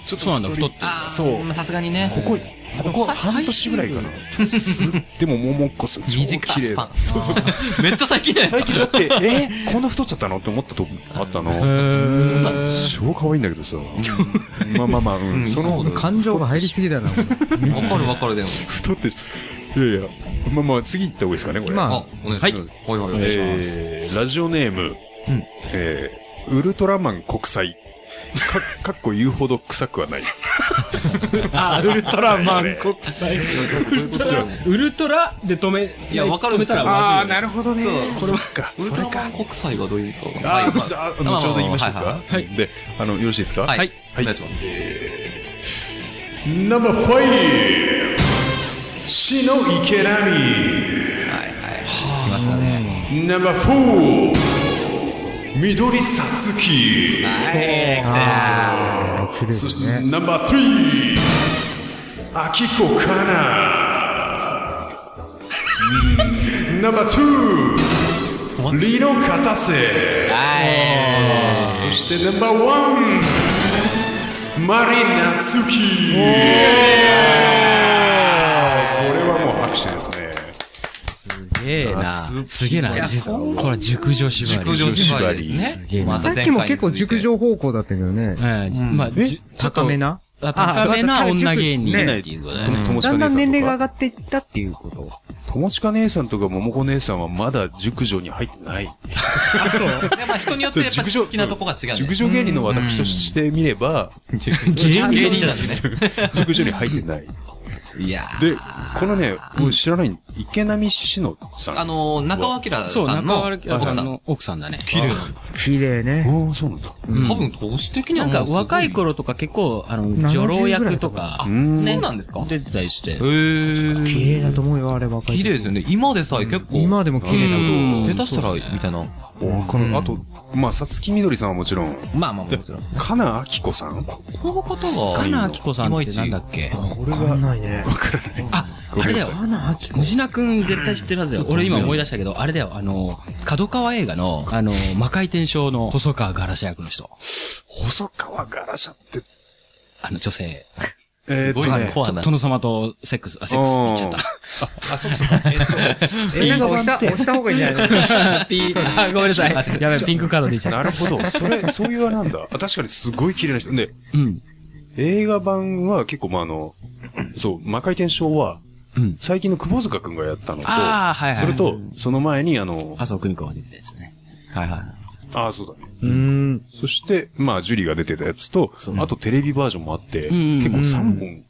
[SPEAKER 4] ちょっと
[SPEAKER 6] そうなんだ、太って。
[SPEAKER 4] そう
[SPEAKER 6] まあさすがにね。
[SPEAKER 4] ここ、ここ半年ぐらいかな。すでも桃子さん、超綺
[SPEAKER 6] 短い
[SPEAKER 4] 麗
[SPEAKER 6] スパン。
[SPEAKER 4] そうそうそう。
[SPEAKER 6] めっちゃ最近じゃないで
[SPEAKER 4] 最
[SPEAKER 6] すか。
[SPEAKER 4] 近だって、えーこんな太っちゃったのって思ったとこあったの。超可愛いんだけどさ。まあまあまあ、うん。その、
[SPEAKER 5] 感情が入りすぎだな
[SPEAKER 6] わかるわかるでも。
[SPEAKER 4] 太って、いやいや、まあまあ、次行った方がいいですかね、これ。
[SPEAKER 5] ま
[SPEAKER 6] あ、お願いします。はい。はいはいお願いします。
[SPEAKER 4] えーラジオネーム、えーウルトラマン国際。か、かっ [laughs] こ言うほど臭くはない。
[SPEAKER 8] あ、ウルトラマン国際。ウルトラで止め、
[SPEAKER 6] いやわかるん
[SPEAKER 8] 止
[SPEAKER 6] ですけ
[SPEAKER 8] めた
[SPEAKER 6] ど
[SPEAKER 8] らまずいよね
[SPEAKER 4] なるほどね。そっか、
[SPEAKER 6] ウル
[SPEAKER 4] そ
[SPEAKER 6] ト
[SPEAKER 4] れ
[SPEAKER 6] ラマ
[SPEAKER 4] か
[SPEAKER 6] ン。国際はどういうこと
[SPEAKER 4] あー、嘘ああの、ちょうど言いましょう。
[SPEAKER 6] は
[SPEAKER 4] か
[SPEAKER 6] い。
[SPEAKER 4] で、あの、よろしいですか
[SPEAKER 6] はいはい。はいお願いします。
[SPEAKER 1] ナンバーファイ死の池波
[SPEAKER 6] 来ましたね。
[SPEAKER 1] ナンバーフォー緑さつきそしてナンバースリーあきこかなうんナンバーツーリノカタセそしてナンバーワンマリナツキこれはもう拍手ですね
[SPEAKER 8] すげえな。すげえな。これ熟女縛り。
[SPEAKER 6] 熟女縛りです
[SPEAKER 5] す
[SPEAKER 6] ね。
[SPEAKER 5] げえ
[SPEAKER 6] まあ
[SPEAKER 5] なさっきも結構熟。
[SPEAKER 6] 前回に続いて
[SPEAKER 5] 女方向だったけどね
[SPEAKER 8] ええ、まあ、じ
[SPEAKER 5] 高め。な
[SPEAKER 8] ちょっとあ高めな女芸人
[SPEAKER 5] ね
[SPEAKER 8] っていうことだよね。
[SPEAKER 4] 友
[SPEAKER 5] だ
[SPEAKER 4] 近
[SPEAKER 5] んだん年
[SPEAKER 4] 姉
[SPEAKER 5] 齢が
[SPEAKER 4] さんとか。
[SPEAKER 5] 上がっていったっていうこと
[SPEAKER 4] 友近姉さんとか桃子姉さんはまだ熟女に入ってない。
[SPEAKER 6] でまあ人によってやっぱり好きなとこが違う
[SPEAKER 4] 熟
[SPEAKER 6] ね。
[SPEAKER 4] 女芸人の私としてみれば、
[SPEAKER 6] [laughs]
[SPEAKER 8] [laughs]
[SPEAKER 6] 芸
[SPEAKER 8] 芸
[SPEAKER 6] 人
[SPEAKER 8] 人
[SPEAKER 6] だ
[SPEAKER 8] だ
[SPEAKER 6] しね。
[SPEAKER 4] 熟女に入って
[SPEAKER 8] [laughs]
[SPEAKER 4] ない。
[SPEAKER 6] いやー
[SPEAKER 4] で、このね、俺知らない、池波志乃さん。
[SPEAKER 6] あのー、中尾明
[SPEAKER 8] そう、
[SPEAKER 6] さん
[SPEAKER 8] 中
[SPEAKER 6] の
[SPEAKER 8] 原
[SPEAKER 6] 奥
[SPEAKER 8] 明
[SPEAKER 6] さ
[SPEAKER 8] さん
[SPEAKER 6] ん。
[SPEAKER 8] の奥さんだね。
[SPEAKER 5] 綺麗ね
[SPEAKER 4] おーそうなんだ。
[SPEAKER 6] 多分、投資的に
[SPEAKER 8] な
[SPEAKER 6] は
[SPEAKER 8] ん
[SPEAKER 6] もうす
[SPEAKER 8] か
[SPEAKER 6] ごい
[SPEAKER 8] 若い。頃とか結構、あの、
[SPEAKER 5] 70
[SPEAKER 8] 女郎
[SPEAKER 5] ぐら
[SPEAKER 8] 役
[SPEAKER 5] いと
[SPEAKER 8] とか、
[SPEAKER 4] うん。
[SPEAKER 6] そうなんですかへ
[SPEAKER 8] 出てたりして。
[SPEAKER 5] 綺
[SPEAKER 6] ー。
[SPEAKER 5] 麗だと思うよあれ若い
[SPEAKER 6] 綺麗ですよね。今でさえ結構。
[SPEAKER 5] 今でも綺麗だもん
[SPEAKER 6] 下手したら、みたいな。
[SPEAKER 4] おこの、あと、まあ、さつきみどりさんはもちろん、
[SPEAKER 6] まあまあもちろん。
[SPEAKER 4] かなあきこさんこ
[SPEAKER 6] この方が。
[SPEAKER 8] 金明子さんってなんだっけ
[SPEAKER 4] れが、
[SPEAKER 5] ないね
[SPEAKER 8] あ、あれだよ。
[SPEAKER 5] 花秋子
[SPEAKER 8] ムジナ君絶対知ってるはずだよ。俺今思い出したけど、あれだよ、あの、角川映画の、あの、魔界転生の細川ガラシャ役の人。
[SPEAKER 4] 細川ガラシャって、
[SPEAKER 8] あの女性。
[SPEAKER 4] えー、っとね、
[SPEAKER 6] コアな。
[SPEAKER 8] 殿様とセックス、あ、セックスって言っちゃった。
[SPEAKER 5] えなんか押した [laughs] 押した方がいいんじゃない
[SPEAKER 8] [laughs] ピー、あ、ごめんなさい。やべえ、ピンクカード出ちゃった。
[SPEAKER 4] なるほど。 [laughs] それ、そういうあれなんだ。あ確かにすごい綺麗な人。で、
[SPEAKER 8] うん。
[SPEAKER 4] 映画版は結構まあ、あの、そう、魔界転生は、最近の久保塚くんがやったのと、
[SPEAKER 8] あーはいはい
[SPEAKER 4] それと、その前にあの、
[SPEAKER 8] 麻生久美子が出てたやつね。はいはい。
[SPEAKER 4] ああ、そうだね。
[SPEAKER 5] うん
[SPEAKER 4] そして、まあ、ジュリーが出てたやつと、あとテレビバージョンもあって、
[SPEAKER 8] んうん
[SPEAKER 4] 結構3本。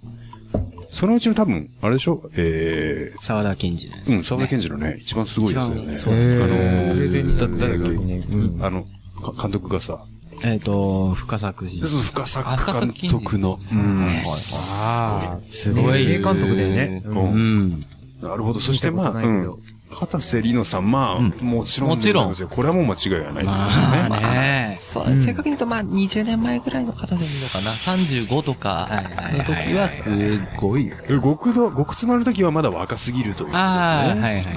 [SPEAKER 4] そのうちの多分、あれでしょえ
[SPEAKER 8] 沢田研二のやつ
[SPEAKER 4] ー、うん、沢田研二のね、一番すごいですよね。
[SPEAKER 8] 一番そう
[SPEAKER 4] あの
[SPEAKER 5] へ
[SPEAKER 4] ー、
[SPEAKER 5] ー
[SPEAKER 4] だ誰だっけ、あの、か監督がさ、
[SPEAKER 8] えっと、深作人。
[SPEAKER 4] そう深
[SPEAKER 6] あ深
[SPEAKER 4] 作
[SPEAKER 6] 作
[SPEAKER 4] 監
[SPEAKER 6] 研二
[SPEAKER 4] 督の。うん
[SPEAKER 5] ああ
[SPEAKER 8] すごい。
[SPEAKER 5] 名監督だよね
[SPEAKER 8] うん。
[SPEAKER 4] なるほど。そしてまあ、
[SPEAKER 5] 見た
[SPEAKER 4] う
[SPEAKER 5] ことないけ
[SPEAKER 4] ん
[SPEAKER 5] ど
[SPEAKER 4] 片瀬里乃さん、まあ、もちろん。
[SPEAKER 6] もちろん
[SPEAKER 4] ですよ。これはもう間違いはないですよね。
[SPEAKER 8] まあね。
[SPEAKER 6] そう、正確に言うと、まあ、20年前ぐらいの方でもいいのかな。35とか、の時はすごい。
[SPEAKER 4] え極道、極妻の時はまだ若すぎるということですね。
[SPEAKER 8] ああ、はいはい。
[SPEAKER 6] そ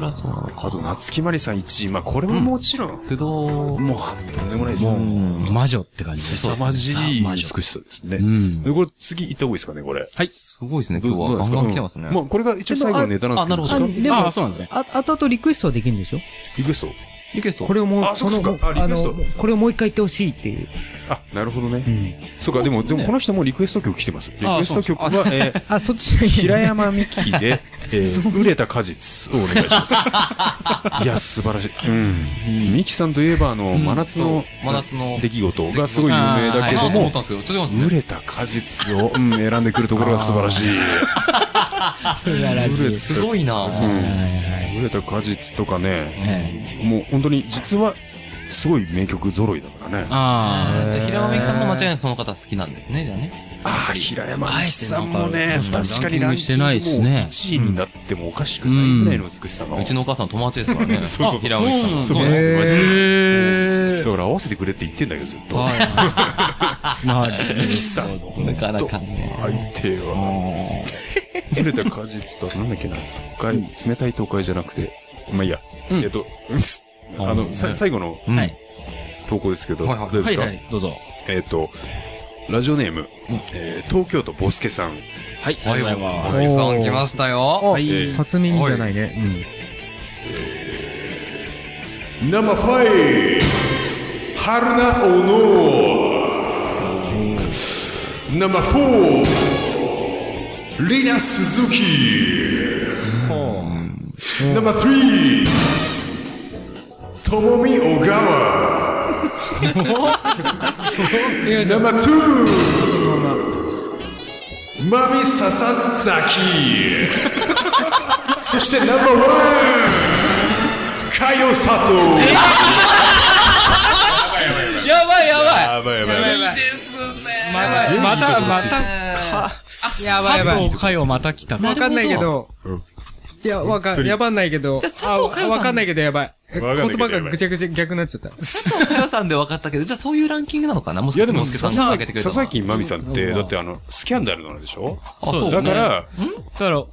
[SPEAKER 6] りゃそうなのか。
[SPEAKER 4] あと、夏木マリさん1位。まあ、これももちろん、
[SPEAKER 6] 不動、
[SPEAKER 4] もう、とんでもないです。も
[SPEAKER 8] うん魔女って感じです。
[SPEAKER 4] 凄まじい
[SPEAKER 8] 魔
[SPEAKER 4] 美
[SPEAKER 8] 女
[SPEAKER 4] しさですね。
[SPEAKER 8] ん
[SPEAKER 4] でこれ次行った方がいいですかね、これ。
[SPEAKER 8] はい。
[SPEAKER 6] すごいですね。
[SPEAKER 4] どう
[SPEAKER 6] 今日は
[SPEAKER 4] どうで
[SPEAKER 6] ガン
[SPEAKER 4] すか
[SPEAKER 6] ガン来てますね
[SPEAKER 4] うん。まあ、これが一応最後のネタなんですけど。
[SPEAKER 6] あなるほど
[SPEAKER 4] 時
[SPEAKER 5] でも
[SPEAKER 8] あ、そうなんですね。
[SPEAKER 5] あ後々リクエストはできるんでしょ
[SPEAKER 4] 間リクエスト
[SPEAKER 6] リクエスト
[SPEAKER 5] これをもう
[SPEAKER 4] あそ
[SPEAKER 5] そう
[SPEAKER 4] か
[SPEAKER 5] の
[SPEAKER 4] そうかあリ
[SPEAKER 5] あ
[SPEAKER 4] クエスト
[SPEAKER 5] のこれをもう一回言ってほしいっていう
[SPEAKER 4] あ、なるほどね。そうか、でも、でもこの人もリクエスト曲来てます。リクエスト曲は、えー
[SPEAKER 5] あそっち
[SPEAKER 4] 平山美希
[SPEAKER 6] [laughs]
[SPEAKER 4] で、えー、売れた果実をお願いし
[SPEAKER 6] [laughs]
[SPEAKER 4] ます。いや、素晴らしい。うん。美希さんといえば、あの、真夏の、
[SPEAKER 6] 真夏の
[SPEAKER 4] 出来事がすごい有名だけど
[SPEAKER 6] 思っ
[SPEAKER 4] も
[SPEAKER 6] た、んですけど、ちょっと待って
[SPEAKER 4] 売れた果実を、うん、選んでくるところが素晴らしい。
[SPEAKER 8] 素晴らしい。
[SPEAKER 6] すごいな
[SPEAKER 4] うん。売れた果実とかね、もう本当に実はすごい名曲揃いだからね。
[SPEAKER 6] ああ。じゃあ平山美樹さんも間違いなくその方好きなんですね、じゃあね。
[SPEAKER 4] ああ、平山愛さんもね、
[SPEAKER 6] うん
[SPEAKER 4] 確かに
[SPEAKER 6] ランキングしてないですね
[SPEAKER 4] もう1位になってもおかしくないぐらいの美しさの。
[SPEAKER 6] うちのお母さん友達ですからね。
[SPEAKER 4] そうそうそう
[SPEAKER 6] 平山美樹さんも。
[SPEAKER 4] そうなん
[SPEAKER 6] で。
[SPEAKER 4] ですすマジで
[SPEAKER 8] え
[SPEAKER 4] だから合わせてくれって言ってんだけど、ずっと。
[SPEAKER 6] はい。まあ、
[SPEAKER 4] ミキさんと
[SPEAKER 6] なかなかね。
[SPEAKER 4] 相手は。触れた果実と、なんだっけな。都会、冷たい都会じゃなくて、まあいいや。えっと、うんあの、さ最後の
[SPEAKER 6] うん
[SPEAKER 8] はい
[SPEAKER 4] 投稿ですけど、
[SPEAKER 6] はい
[SPEAKER 4] ど
[SPEAKER 6] は
[SPEAKER 4] う
[SPEAKER 6] い
[SPEAKER 4] ですか
[SPEAKER 8] どうぞ。
[SPEAKER 4] えっと、ラジオネーム、えー東京都ボスケさん。
[SPEAKER 8] はい、
[SPEAKER 6] はい、
[SPEAKER 8] あ
[SPEAKER 6] はい、
[SPEAKER 8] りがとうござい
[SPEAKER 6] は
[SPEAKER 8] ま
[SPEAKER 6] い。
[SPEAKER 8] す。
[SPEAKER 6] 森さん来ましたよ。
[SPEAKER 4] えー
[SPEAKER 5] 初耳じゃないね。うん。
[SPEAKER 1] ナンバーファイブ春菜おのナンバーフォーリナ鈴木ナンバースリーともみ小
[SPEAKER 6] [laughs]
[SPEAKER 1] 川ナンバーツーまみさささき [laughs] そしてナンバーワンカヨ佐藤
[SPEAKER 6] やばいや
[SPEAKER 4] や
[SPEAKER 6] ばい。
[SPEAKER 4] ばいやばいやばい。
[SPEAKER 6] いいですね。
[SPEAKER 8] また、また、
[SPEAKER 5] やばいやばい
[SPEAKER 8] 佐藤かよまた来た。
[SPEAKER 5] わかんないけど。いや、わか、やばんないけど。
[SPEAKER 6] じゃあ佐藤かよさん
[SPEAKER 5] あわかんないけどやばい。言
[SPEAKER 4] わかんないけどやば
[SPEAKER 5] 葉
[SPEAKER 4] い
[SPEAKER 5] がぐちゃぐちゃ逆になっちゃった。
[SPEAKER 6] 佐藤かよさんで分かったけど、じゃあそういうランキングなのかなもし
[SPEAKER 4] いやで
[SPEAKER 6] かして、
[SPEAKER 4] も、
[SPEAKER 6] もすけさ
[SPEAKER 4] 佐
[SPEAKER 6] んが上げてくれたの
[SPEAKER 4] 々木まみさんって、だってあの、スキャンダルなんでしょ
[SPEAKER 6] あそう
[SPEAKER 4] だ
[SPEAKER 6] ね
[SPEAKER 4] から、
[SPEAKER 8] だから、は